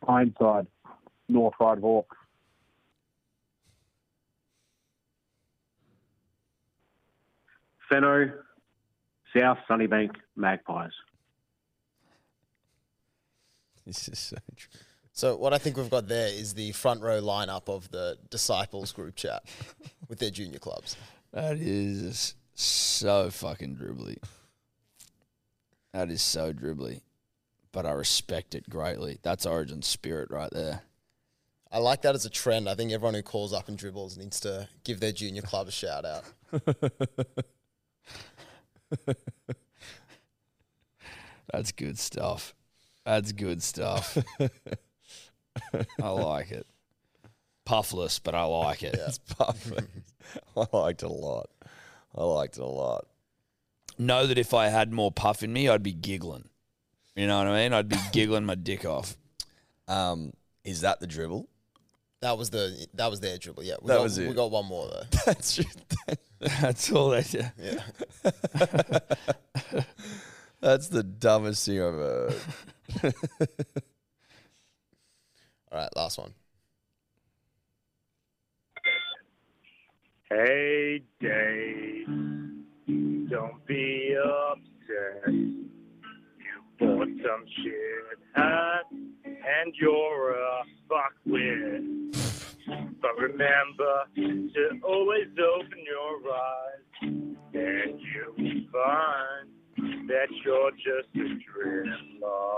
Speaker 4: Ironside, North Ride Hawks.
Speaker 5: Fenno, South Sunnybank Magpies.
Speaker 2: This is so true.
Speaker 3: So what I think we've got there is the front row lineup of the disciples group chat with their junior clubs.
Speaker 1: That is so fucking dribbly. That is so dribbly, but I respect it greatly. That's Origin spirit right there.
Speaker 3: I like that as a trend. I think everyone who calls up and dribbles needs to give their junior club a shout out.
Speaker 1: That's good stuff. That's good stuff. I like it. Puffless, but I like it.
Speaker 2: It's puff. I liked it a lot. I liked it a lot.
Speaker 1: Know that if I had more puff in me, I'd be giggling. You know what I mean? I'd be giggling my dick off.
Speaker 2: Um, is that the dribble?
Speaker 3: That was the that was their dribble. Yeah, we
Speaker 2: That
Speaker 3: got,
Speaker 2: was it.
Speaker 3: We got one more though.
Speaker 2: That's
Speaker 1: That's all they do.
Speaker 3: Yeah.
Speaker 2: that's the dumbest thing I've ever. heard.
Speaker 3: All right, last one.
Speaker 6: Hey, Dave, don't be upset. You bought some shit hot, and you're a fuckwit. But remember to always open your eyes, and you'll be fine. that you're just a dribbler.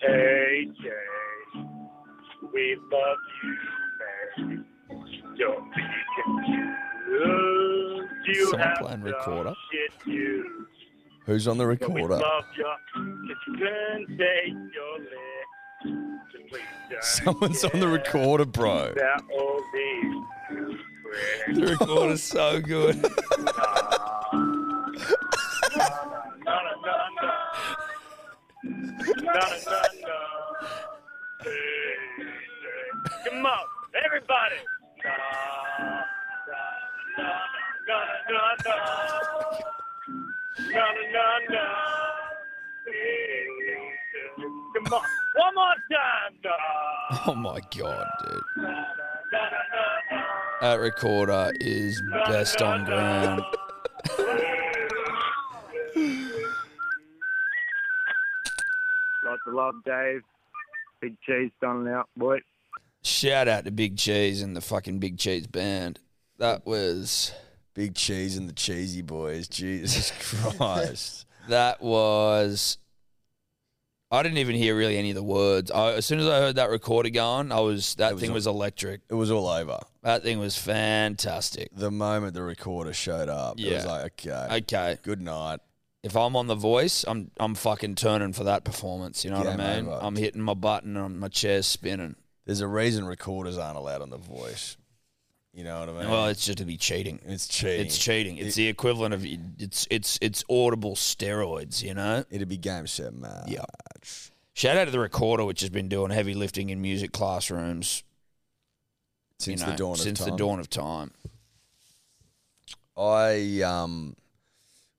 Speaker 6: Hey, Jay, we love you, man. Don't be confused. You
Speaker 1: Someone
Speaker 6: have
Speaker 1: playing
Speaker 6: done
Speaker 1: recorder?
Speaker 6: shit you.
Speaker 2: Who's on the
Speaker 6: But we
Speaker 2: recorder?
Speaker 6: love you. It's Wednesday, your lips. So please don't
Speaker 2: Someone's on the
Speaker 6: get
Speaker 2: recorder, bro.
Speaker 6: That all these friends.
Speaker 1: The recorder's so good.
Speaker 6: Na, na, na, na. Na, na, na, na. Hey, hey. Come on, everybody. Na, na, na, na, na, na. Na, na, na, na. Hey, hey. Come on, one more time. Na,
Speaker 1: Oh my god, dude.
Speaker 6: na, na, na, na.
Speaker 1: That recorder is best on ground.
Speaker 6: Lots of love, Dave. Big cheese done out, boy.
Speaker 1: Shout out to Big Cheese and the fucking Big Cheese band. That was
Speaker 2: Big Cheese and the Cheesy Boys. Jesus Christ.
Speaker 1: that was I didn't even hear really any of the words. I, as soon as I heard that recorder going, I was that
Speaker 2: was
Speaker 1: thing
Speaker 2: a-
Speaker 1: was electric.
Speaker 2: it was all over.
Speaker 1: That thing was fantastic.
Speaker 2: The moment the recorder showed up, it was
Speaker 1: Yeah.
Speaker 2: like, okay,
Speaker 1: Okay,
Speaker 2: good night.
Speaker 1: if I'm on the voice, I'm I'm fucking turning for that performance. You know what
Speaker 2: Game
Speaker 1: I mean?
Speaker 2: over.
Speaker 1: I'm hitting my button and my chair's spinning.
Speaker 2: There's a reason recorders aren't allowed on the voice. You know what I mean?
Speaker 1: Well, it's just to be cheating.
Speaker 2: it's cheating.
Speaker 1: It's cheating. It's the equivalent of it's it's it's audible steroids. You know.
Speaker 2: It'd be game set match.
Speaker 1: Yeah. Shout out to the recorder, which has been doing heavy lifting in music classrooms you
Speaker 2: Since
Speaker 1: know,
Speaker 2: the dawn of
Speaker 1: since
Speaker 2: time.
Speaker 1: the dawn of time.
Speaker 2: I um,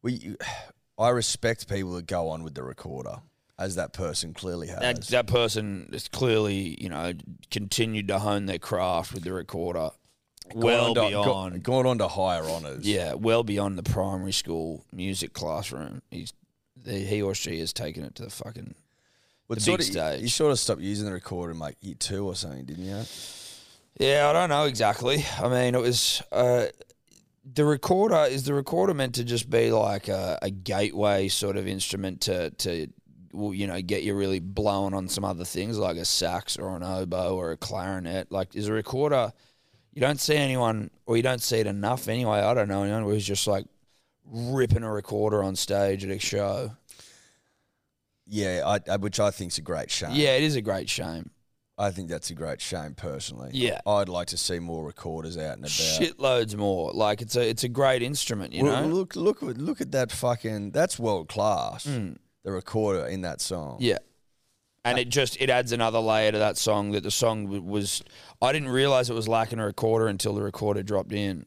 Speaker 2: we, I respect people that go on with the recorder, as that person clearly has.
Speaker 1: That that person has clearly, you know, continued to hone their craft with the recorder,
Speaker 2: Gone
Speaker 1: well
Speaker 2: on to- go-
Speaker 1: beyond.
Speaker 2: gone on to higher honors.
Speaker 1: Yeah, well beyond the primary school music classroom. He's the, he or she has taken it to the fucking.
Speaker 2: Well,
Speaker 1: the
Speaker 2: sort
Speaker 1: big
Speaker 2: of-
Speaker 1: stage.
Speaker 2: You sort of stopped using the recorder in like year two or something, didn't you?
Speaker 1: Yeah, I don't know exactly. I mean, it was uh, the recorder. Is the recorder meant to just be like a, a gateway sort of instrument to to well, you know get you really blowing on some other things like a sax or an oboe or a clarinet? Like, is a recorder? You don't see anyone, or you don't see it enough anyway. I don't know anyone who's just like ripping a recorder on stage at a show.
Speaker 2: Yeah, I, I, which I think's a great shame.
Speaker 1: Yeah, it is a great shame.
Speaker 2: I think that's a great shame personally.
Speaker 1: Yeah.
Speaker 2: I'd like to see more recorders out and about.
Speaker 1: Shitloads more. Like it's a it's a great instrument, you
Speaker 2: Well,
Speaker 1: know.
Speaker 2: look, look, at- look at that fucking. That's world class. The recorder in that song.
Speaker 1: Hmm. Yeah. And it just it adds another layer to that song that the song w- was I didn't realize it was lacking a recorder until the recorder dropped in.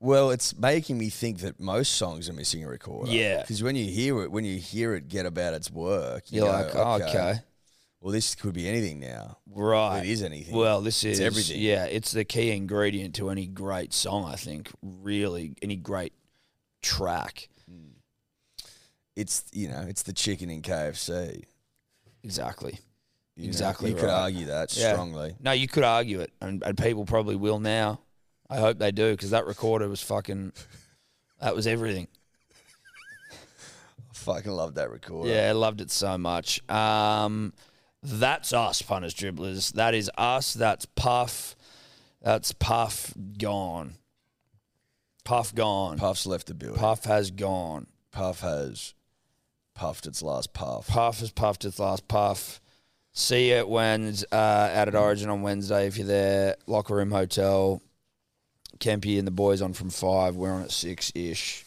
Speaker 2: Well, it's making me think that most songs are missing a recorder.
Speaker 1: Yeah.
Speaker 2: Because when you hear it, when you hear it, get about its work. You
Speaker 1: You're
Speaker 2: go,
Speaker 1: like, oh, okay.
Speaker 2: Well, this could be anything now.
Speaker 1: right.
Speaker 2: It is anything.
Speaker 1: Well, this is
Speaker 2: everything.
Speaker 1: Yeah, it's the key ingredient to any great song. I think really any great track.
Speaker 2: It's you know, it's the chicken in KFC.
Speaker 1: Exactly.
Speaker 2: You know,
Speaker 1: Exactly
Speaker 2: you could
Speaker 1: right.
Speaker 2: argue that
Speaker 1: Yeah.
Speaker 2: strongly.
Speaker 1: No, you could argue it, and, and people probably will now. I hope they do because that recorder was fucking. That was everything.
Speaker 2: I fucking love that recorder.
Speaker 1: Yeah, I loved it so much. Um, that's us, punters dribblers. That is us. That's Puff. That's Puff gone. Puff gone. Puff,
Speaker 2: Puff's left the building.
Speaker 1: has gone.
Speaker 2: Puff has puffed its last puff.
Speaker 1: Puff has puffed its last puff. See you at Wednes, uh, out at Origin on Wednesday if you're there. Locker room hotel. Kempy and the boys on from five. We're on at six ish.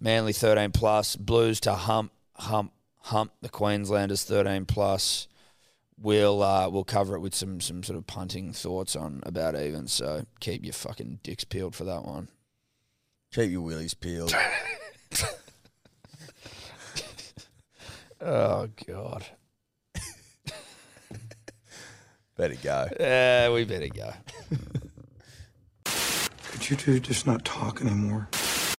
Speaker 1: Manly 13 plus. Blues to hump, hump, hump. The Queenslanders 13 plus. We'll uh, we'll cover it with some some sort of punting thoughts on about even. So keep your fucking dicks peeled for that one.
Speaker 2: Keep your willies peeled.
Speaker 1: Oh God.
Speaker 2: Better go.
Speaker 1: Yeah, we better go.
Speaker 7: Could you two just not talk anymore?